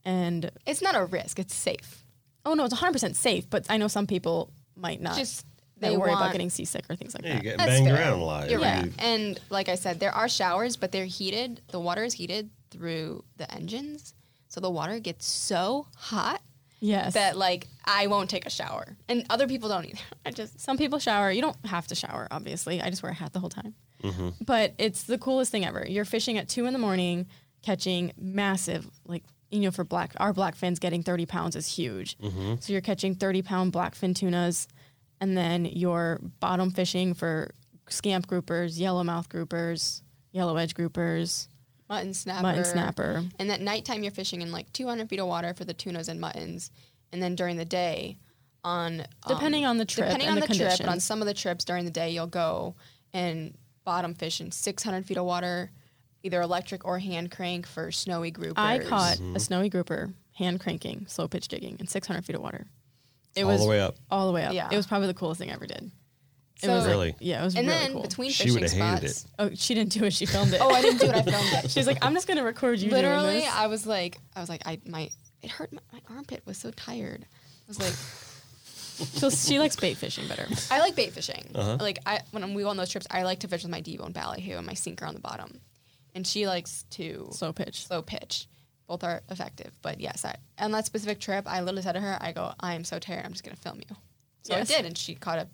C: And
D: it's not a risk. It's safe.
C: oh no, it's 100% safe, but I know some people might not.
D: Just
C: they,
D: they
C: worry about
D: want-
C: getting seasick or things like
B: Yeah, you
C: that.
B: get
D: That's
B: banged
D: fair.
B: around a lot.
D: You're
C: Yeah.
D: right. And like I said, there are showers, but they're heated. The water is heated through the engines. So the water gets so hot
C: Yes.
D: that like I won't take a shower. And other people don't either.
C: I just some people shower. You don't have to shower, obviously. I just wear a hat the whole time. But it's the coolest thing ever. You're fishing at two in the morning, catching massive like you know for black our blackfins getting thirty pounds is huge. So you're catching thirty pound blackfin tunas, and then you're bottom fishing for scamp groupers, yellowmouth groupers, yellow edge groupers,
D: Mutton snapper.
C: mutton snapper.
D: And at nighttime, you're fishing in like 200 feet of water for the tunas and muttons. And then during the day, on um,
C: Depending on the trip
D: depending
C: and
D: on
C: the
D: the, trip, but on
C: conditions.
D: some of the trips during the day, you'll go and bottom fish in 600 feet of water, either electric or hand crank for snowy groupers.
C: I caught
B: Mm-hmm.
C: a snowy grouper hand cranking, slow pitch jigging in 600 feet of water. It
B: All
C: was
B: the way up.
C: all the way up.
D: Yeah.
C: It was probably the coolest thing I ever did. It
D: So-
C: was like-
B: Really?
C: yeah, it was
D: And
C: really
D: then
C: cool.
D: between
B: She
D: fishing
B: would've hated
D: spots.
C: oh, she didn't do it. She filmed it.
D: Oh, I didn't do it. I filmed it.
C: she's like, I'm just gonna record you. doing
D: Literally,
C: this.
D: I was like, I was like, I my it hurt. My, my armpit was so tired. I was like,
C: so she likes bait fishing better.
D: I like bait fishing.
B: Uh-huh.
D: Like I when we go on those trips, I like to fish with my D-bone ballyhoo and my sinker on the bottom, and she likes to
C: Slow pitch.
D: slow pitch. Both are effective, but yes, I on that specific trip, I literally said to her, "I go, I am so tired. I'm just gonna film you." So
C: Yes.
D: I did, and she caught a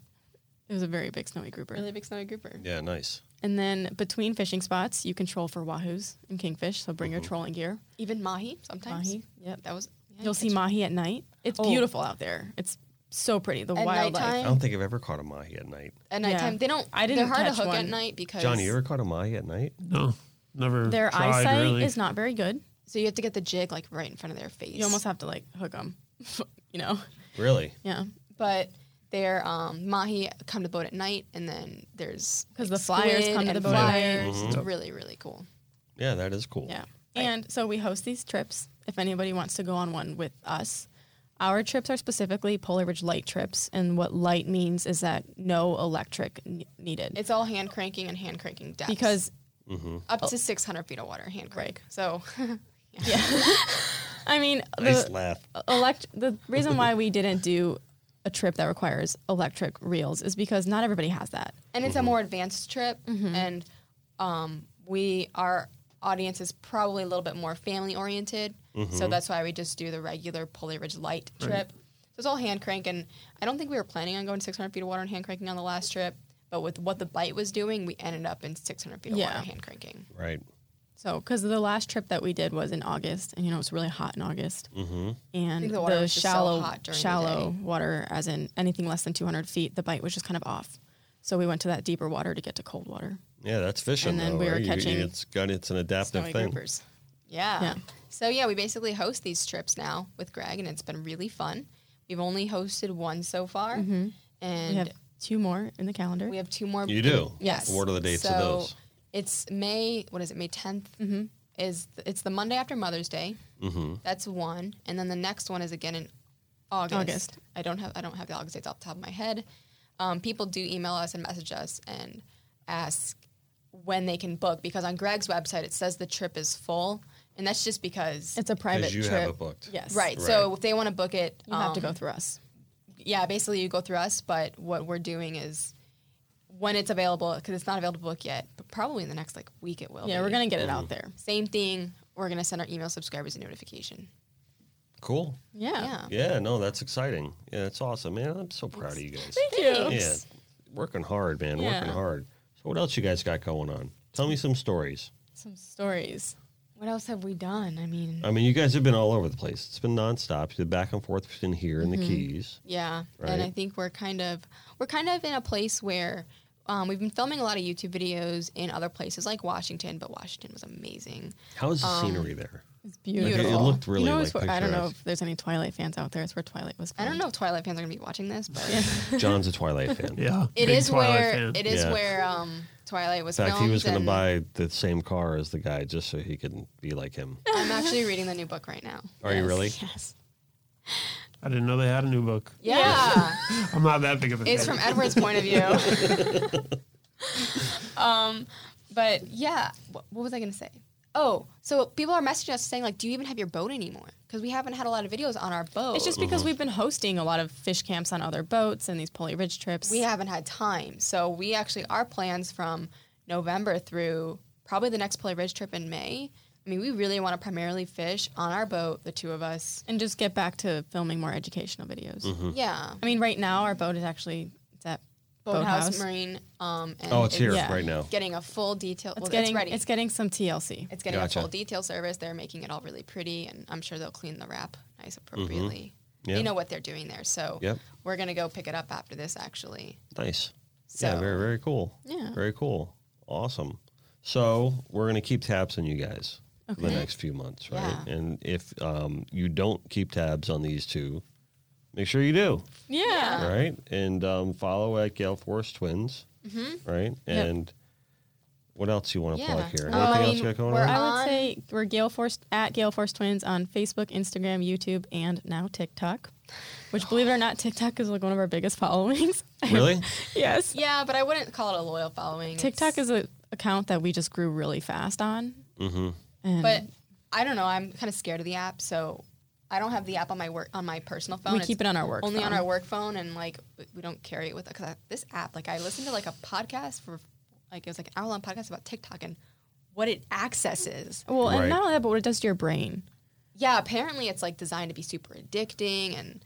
C: It was a very big snowy grouper.
D: really big snowy grouper.
B: Yeah, nice.
C: And then between fishing spots, you can troll for wahoos and kingfish. So
B: Mm-hmm.
C: bring your trolling gear.
D: Even mahi sometimes.
C: Mahi, yep.
D: that was. yeah, Oh.
C: You'll see mahi at night. It's beautiful out there. It's so pretty. The
D: At
C: wildlife.
D: nighttime,
B: I don't think I've ever caught a mahi at night.
D: at nighttime
C: Yeah.
D: they don't.
C: I
D: I
C: didn't
D: didn't. They're hard to
C: catch
D: hook
C: one.
D: at night because
B: Johnny, you ever caught a mahi at night?
E: No, never.
C: Their
E: tried,
C: eyesight
E: really.
C: is not very good.
D: So you have to get the jig like right in front of their face.
C: You almost have to like hook them. you know.
B: Really?
C: Yeah.
D: but their um, mahi come to the boat at night, and then there's
C: 'Cause the flyers
D: squid
C: come to
D: and
C: the boat at night.
D: Flyers,
B: Mm-hmm.
D: it's really really cool.
B: Yeah, that is cool.
C: Yeah. And so we host these trips. If anybody wants to go on one with us, our trips are specifically Polar Ridge light trips. And what light means is that no electric n- needed.
D: It's all hand cranking and hand cranking depths
C: because,
D: up
C: Oh.
D: to 600 feet of water hand crank. So
C: I mean,
B: Nice
C: the,
B: laugh.
C: elect- the reason why we didn't do a trip that requires electric reels is because not everybody has that.
D: and it's a more advanced trip, and um, we our audience is probably a little bit more family oriented,
C: Mm-hmm.
D: so that's why we just do the regular Pulley Ridge light trip. So it's all hand crank, and I don't think we were planning on going 600 feet of water and hand cranking on the last trip. But with what the bite was doing, we ended up in 600 feet of
C: Yeah.
D: water hand cranking.
B: Right.
C: So, because the last trip that we did was in August, and you know it's really hot in August, mm-hmm. and
D: think
C: the,
D: the water was just so
C: shallow,
D: hot during the
C: shallow
D: day.
C: water, as in anything less than 200 feet, the bite was just kind of off. So we went to that deeper water to get to cold water.
B: Yeah, that's fishing.
C: And then
B: though,
C: we were
B: right? You-
C: catching
B: it's got it's an adaptive
C: snowy
B: thing.
C: groupers.
D: Yeah.
C: Yeah.
D: So yeah, we basically host these trips now with Greg, and it's been really fun. We've only hosted one so far, and
C: Mm-hmm. We have two more in the calendar.
D: we have two more.
B: You do?
D: Yes.
B: What are the dates of
D: So
B: those?
D: It's May. What is it? May 10th mm-hmm. is th- it's the Monday after Mother's Day. Mm-hmm. That's one, and then the next one is again in August.
C: August.
D: I don't have I don't have the August dates off the top of my head. Um, people do email us and message us and ask when they can book because on Greg's website it says the trip is full, and that's just because
C: it's a private
B: Because you
C: trip.
B: have it booked.
C: Yes.
D: right. So if they want to book it,
C: You have to go
D: um,
C: through us.
D: yeah, basically you go through us, but what we're doing is when it's available, because it's not available to book yet, but probably in the next like week it will.
C: Yeah,
D: be.
C: we're gonna get it out there.
D: Same thing. We're gonna send our email subscribers a notification.
B: Cool.
C: Yeah.
D: Yeah.
B: Yeah, no, that's exciting. Yeah, that's awesome, man. I'm so proud of you guys.
C: Thank you.
B: Yeah, working hard, man.
C: Yeah.
B: Working hard. So, what else you guys got going on? Tell me some stories.
C: Some stories.
D: What else have we done? I mean,
B: I mean, you guys have been all over the place. It's been nonstop. You've been back and forth between here
C: Mm-hmm.
B: and the Keys.
D: yeah, and
B: Right.
D: I think we're kind of we're kind of in a place where um, we've been filming a lot of YouTube videos in other places like Washington, but Washington was amazing.
B: How is the
C: Um,
B: scenery there?
C: It's beautiful.
B: Like, it- it looked really,
C: You know,
B: like,
C: it's where- I don't know
B: picturesque.
C: if there's any Twilight fans out there. It's where Twilight was.
D: I
C: Filmed.
D: don't know if Twilight fans are gonna be watching this, but
B: John's a Twilight fan.
E: Yeah.
D: it
E: big
D: is
E: Twilight
D: where
E: fan.
D: it is
B: Yeah.
D: where um, Twilight was.
B: In fact,
D: filmed
B: he was going to
D: and
B: buy the same car as the guy just so he could be like him.
D: I'm actually reading the new book right now.
B: Are you really?
C: Yes.
E: I didn't know they had a new book.
D: Yeah.
E: I'm not that big of a
D: it's
E: fan.
D: from Edward's point of view. um, but yeah, what, what was I going to say? Oh, so people are messaging us saying like, "Do you even have your boat anymore?" Because we haven't had a lot of videos on our boat.
C: It's just
B: Uh-huh.
C: because we've been hosting a lot of fish camps on other boats and these Pulley Ridge trips.
D: we haven't had time. So we actually our plans from November through probably the next Play Ridge trip in May. I mean, we really want to primarily fish on our boat, the two of us.
C: and just get back to filming more educational videos.
B: Mm-hmm. Mm.
D: Yeah,
C: I mean, right now our boat is actually it's at
D: Boathouse
C: Boathouse.
D: Marine. Um, and
B: Oh, it's here
C: Yeah.
B: right now.
D: Getting a full detail.
C: It's
D: well,
C: getting
D: it's ready.
C: it's getting some TLC.
D: It's getting
B: Gotcha.
D: a full detail service. They're making it all really pretty, and I'm sure they'll clean the wrap nice appropriately.
B: Mm-hmm. Yeah.
D: They know what they're doing there, so
B: Yep.
D: we're gonna go pick it up after this. Actually,
B: Nice.
D: So-
B: yeah, very, very cool.
C: Yeah.
B: Very cool. Awesome. So we're going to keep tabs on you guys for the
C: Okay.
B: next few months, right?
D: Yeah.
B: And if um, you don't keep tabs on these two, make sure you do,
C: yeah.
D: Yeah.
B: right? And um, follow at Gale Force Twins, right? And what else you want to plug
D: Yeah.
B: here? Anything
D: Um,
B: else you got going
D: we're
B: on?
C: I
D: out-
C: would
D: On-
C: say we're Gale Force at Gale Force Twins on Facebook, Instagram, YouTube, and now TikTok. Which, believe it or not, TikTok is like one of our biggest followings.
B: Really?
C: yes,
D: yeah, but I wouldn't call it a loyal following.
C: TikTok
D: It's-
C: is an account that we just grew really fast on. Mm-hmm. And
D: but I don't know. I'm kind of scared of the app, so I don't have the app on my work on my personal phone.
C: we
D: It's
C: keep it on our work.
D: only on
C: phone.
D: our work phone, and like we- we don't carry it with because this app. Like I listened to like a podcast for like it was like an hour long podcast about TikTok and what it accesses.
C: Well,
B: Right.
C: and not only that, but what it does to your brain.
D: Yeah, apparently it's like designed to be super addicting and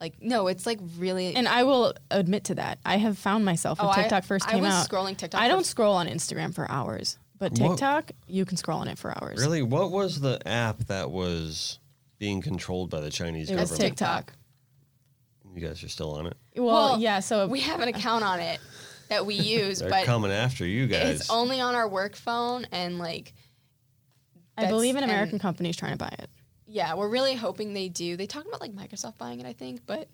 D: like no, it's like really
C: And I will admit to that. I have found myself when
D: Oh, I-
C: TikTok first
D: I
C: came
D: was
C: out.
D: scrolling TikTok
C: I
D: for-
C: don't scroll on Instagram for hours, but
B: Whoa.
C: TikTok, you can scroll on it for hours.
B: Really? What was the app that was being controlled by the Chinese
C: It was
B: government?
C: TikTok.
B: You guys are still on it.
C: Well, yeah. So
D: we have an account on it that we use,
B: They're
D: but
B: coming after you guys.
D: it's only on our work phone and like
C: I believe an
D: that's-
C: American
D: and-
C: company's trying to buy it.
D: yeah, we're really hoping they do. They talked about like Microsoft buying it, I think, but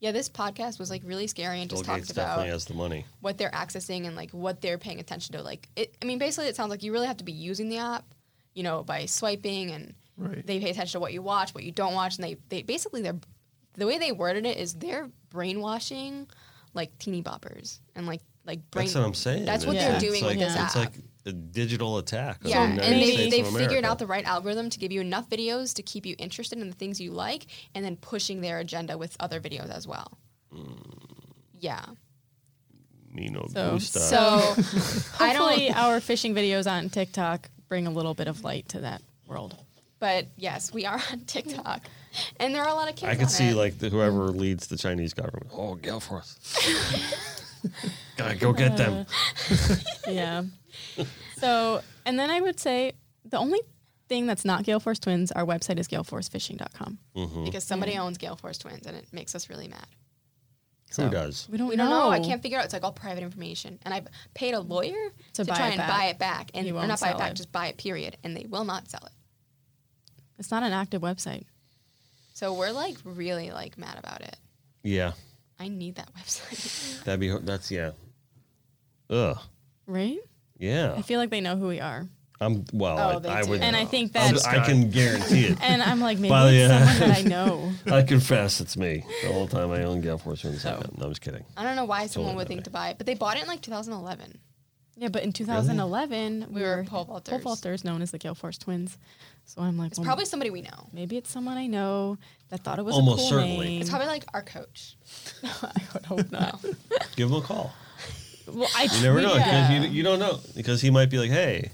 D: yeah, this podcast was like really scary and
B: Bill
D: just
B: Gates
D: talked about
B: definitely has the money.
D: what they're accessing and like what they're paying attention to. Like, it, I mean, basically, it sounds like you really have to be using the app, you know, by swiping and
E: Right.
D: they pay attention to what you watch, what you don't watch, and they they basically they're the way they worded it is they're brainwashing like teeny boppers and like like brain.
B: That's what I'm saying.
D: That's what
B: It's-
D: they're
B: it's
D: doing
B: like,
D: with this
B: It's
D: app.
B: like a digital attack. on
D: yeah,
B: the United
D: and they,
B: States
D: they
B: of
D: figured
B: America.
D: out the right algorithm to give you enough videos to keep you interested in the things you like, and then pushing their agenda with other videos as well.
B: Hmm.
D: Yeah.
B: Me no
C: So-
B: gusta.
D: So I don't.
C: Hopefully, our fishing videos on TikTok bring a little bit of light to that world.
D: But yes, we are on TikTok, and there are a lot of kids.
B: I could
D: on
B: see
D: it.
B: like the, whoever leads the Chinese government. Oh, go for us. Gotta go get
D: Uh,
B: them.
C: Yeah. so, and then I would say the only thing that's not Gale Force Twins, our website is galeforcefishing.com.
B: Hmm.
D: because somebody
B: Mm-hmm.
D: owns Gale Force Twins, and it makes us really mad.
B: Who does?
C: don't,
D: We don't know. I can't figure out. It's like all private information, and I paid a lawyer
C: To
D: to,
C: buy
D: try
C: it
D: and
C: back.
D: buy it back, and
C: He
D: or
C: won't
D: not buy
C: sell
D: it back,
C: it.
D: just buy it. Period, and they will not sell it.
C: It's not an active website.
D: So we're like really like mad about it.
B: Yeah.
D: I need that website.
B: That'd be that's yeah. Ugh.
C: right? I
B: Yeah.
C: feel like they know who we are,
B: I'm well.
D: Oh, they
B: I, I
D: do.
B: would.
C: and I think
B: I'm-
C: that.
B: I can guarantee it.
C: And I'm like, maybe
B: Well,
C: it's
B: yeah.
C: someone that I know.
B: I confess it's me. The whole time I own Gale Force Wings. No, I'm just kidding.
D: I don't know why someone
B: Totally
D: would think
B: another.
D: to buy it, but they bought it in like 2011.
C: Yeah, but in 2011, we,
D: We were
C: were
D: pole vaulters.
C: Pole vaulters, known as the Gale Force twins. So I'm like,
D: It's
C: well,
D: probably somebody we know.
C: maybe it's someone I know that thought it was
B: Almost
C: a cool
B: certainly.
C: name.
D: It's probably like our coach.
C: Mm. I would hope not.
B: Give him a call.
C: well, I
B: You never know because
C: yeah.
B: you, you don't know because he might be like, hey,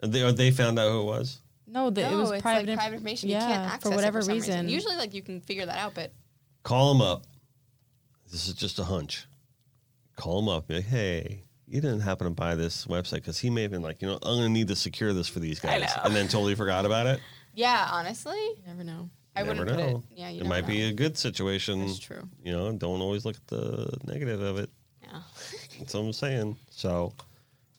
B: and they, or they found out who it was.
C: no, the, it
D: No,
C: was
D: it's
C: private,
D: like
C: inf-
D: private information.
C: Yeah,
D: you can't access
C: for whatever
D: it some
C: reason.
D: Usually, like you can figure that out, but
B: Call him up. This is just a hunch. Call him up. Be like, hey, you didn't happen to buy this website because he may have been like, you know, I'm gonna need to secure this for these guys, and then totally forgot about it.
D: yeah, honestly,
C: you never know.
D: I
B: never
D: wouldn't
B: know.
D: put it. Yeah, you
B: it
D: never
B: might be
D: know.
B: a good situation.
C: That's true.
B: You know, don't always look at the negative of it.
D: Yeah.
B: That's what I'm saying. So,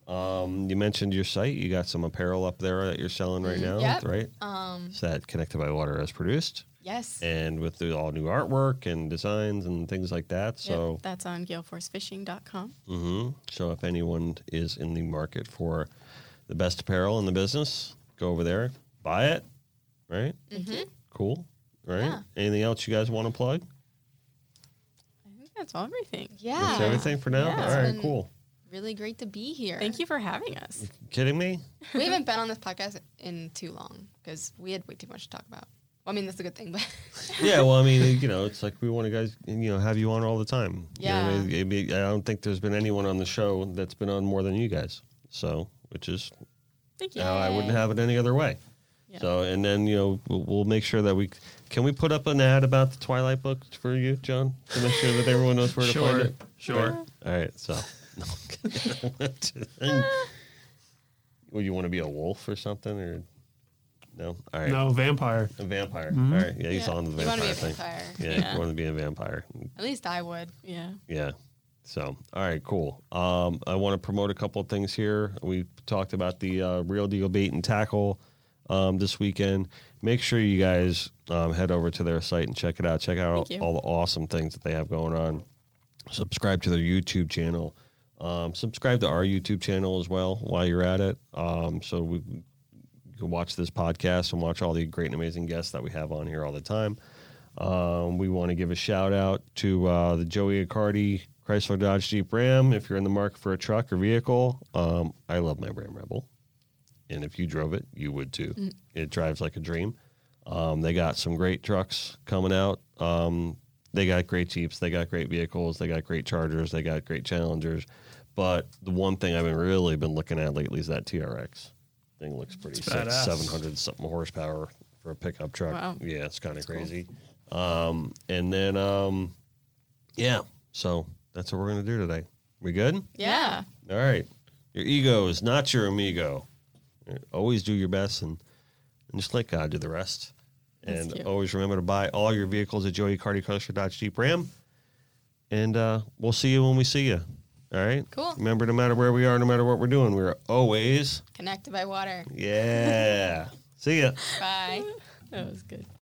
B: um, you mentioned your site. You got some apparel up there that you're selling right now,
D: Mm-hmm. Yep.
B: right? Um, it's that Connected by Water has produced,
D: Yes.
B: and with the all new artwork and designs and things like that. So,
C: Yep, that's on galeforcefishing.com.
B: hmm So if anyone is in the market for the best apparel in the business, go over there, buy it, right? Mm-hmm. Cool, right?
D: Yeah.
B: Anything else you guys want to plug?
C: I think that's all everything.
D: Yeah.
B: That's everything for now.
C: Yeah.
B: All right,
D: It's been-
B: cool.
D: Really great to be here.
C: Thank you for having us.
B: Kidding me?
D: We haven't been on this podcast in too long because we had way too much to talk about. Well, I mean, that's a good thing, but
B: Yeah. Well, I mean, you know, it's like we want to guys, you know, have you on all the time. You know what I
D: Yeah.
B: mean? It'd be- I don't think there's been anyone on the show that's been on more than you guys. So, which is
C: Thank you.
B: No, Oh, I wouldn't have it any other way. So, and then you know we'll, we'll make sure that we can we put up an ad about the Twilight book for you, John, to make sure that everyone knows where to
E: Sure.
B: find it.
E: Sure.
B: All right, so. No, I'm kidding. well, you want to be a wolf or something, or no? All right,
E: No, vampire.
B: a vampire. All right, yeah, he's
C: Yeah.
B: on the
D: Mm-hmm. you want
B: vampire
D: to be a
B: thing.
D: vampire.
B: Yeah,
C: Yeah.
B: you want to be a vampire.
D: At least I would.
C: Yeah.
B: Yeah. So, all right, cool. Um, I want to promote a couple of things here. We talked about the uh, real deal bait and tackle um, this weekend. Make sure you guys um, head over to their site and check it out. Check out all,
C: Thank you.
B: all the awesome things that they have going on. Subscribe to their YouTube channel. Um, subscribe to our YouTube channel as well while you're at it. Um, so we you can watch this podcast and watch all the great and amazing guests that we have on here all the time. Um, we want to give a shout out to uh, the Joey Accardi Chrysler Dodge Jeep Ram. If you're in the market for a truck or vehicle, um, I love my Ram Rebel. And if you drove it, you would too. It drives like a dream. Um, they got some great trucks coming out. Um, they got great Jeeps. They got great vehicles. They got great Chargers. They got great Challengers. But the one thing I've been really been looking at lately is that TRX. Thing looks pretty
E: It's
B: sick.
E: badass.
B: Seven hundred something horsepower for a pickup truck.
C: Wow.
B: Yeah, it's kind of crazy. Um, and then, um, yeah. So that's what we're gonna do today. We good?
C: Yeah.
B: All right. Your ego is not your amigo. Uh, Always do your best and, and just let God do the rest.
C: That's
B: and
C: cute.
B: always remember to buy all your vehicles at Joey Cardi Chrysler Dodge Jeep Ram. And uh, we'll see you when we see you. All right.
D: Cool.
B: Remember, no matter where we are, no matter what we're doing, we're always,
D: Connected by water.
B: yeah. see ya.
D: Bye.
C: That was good.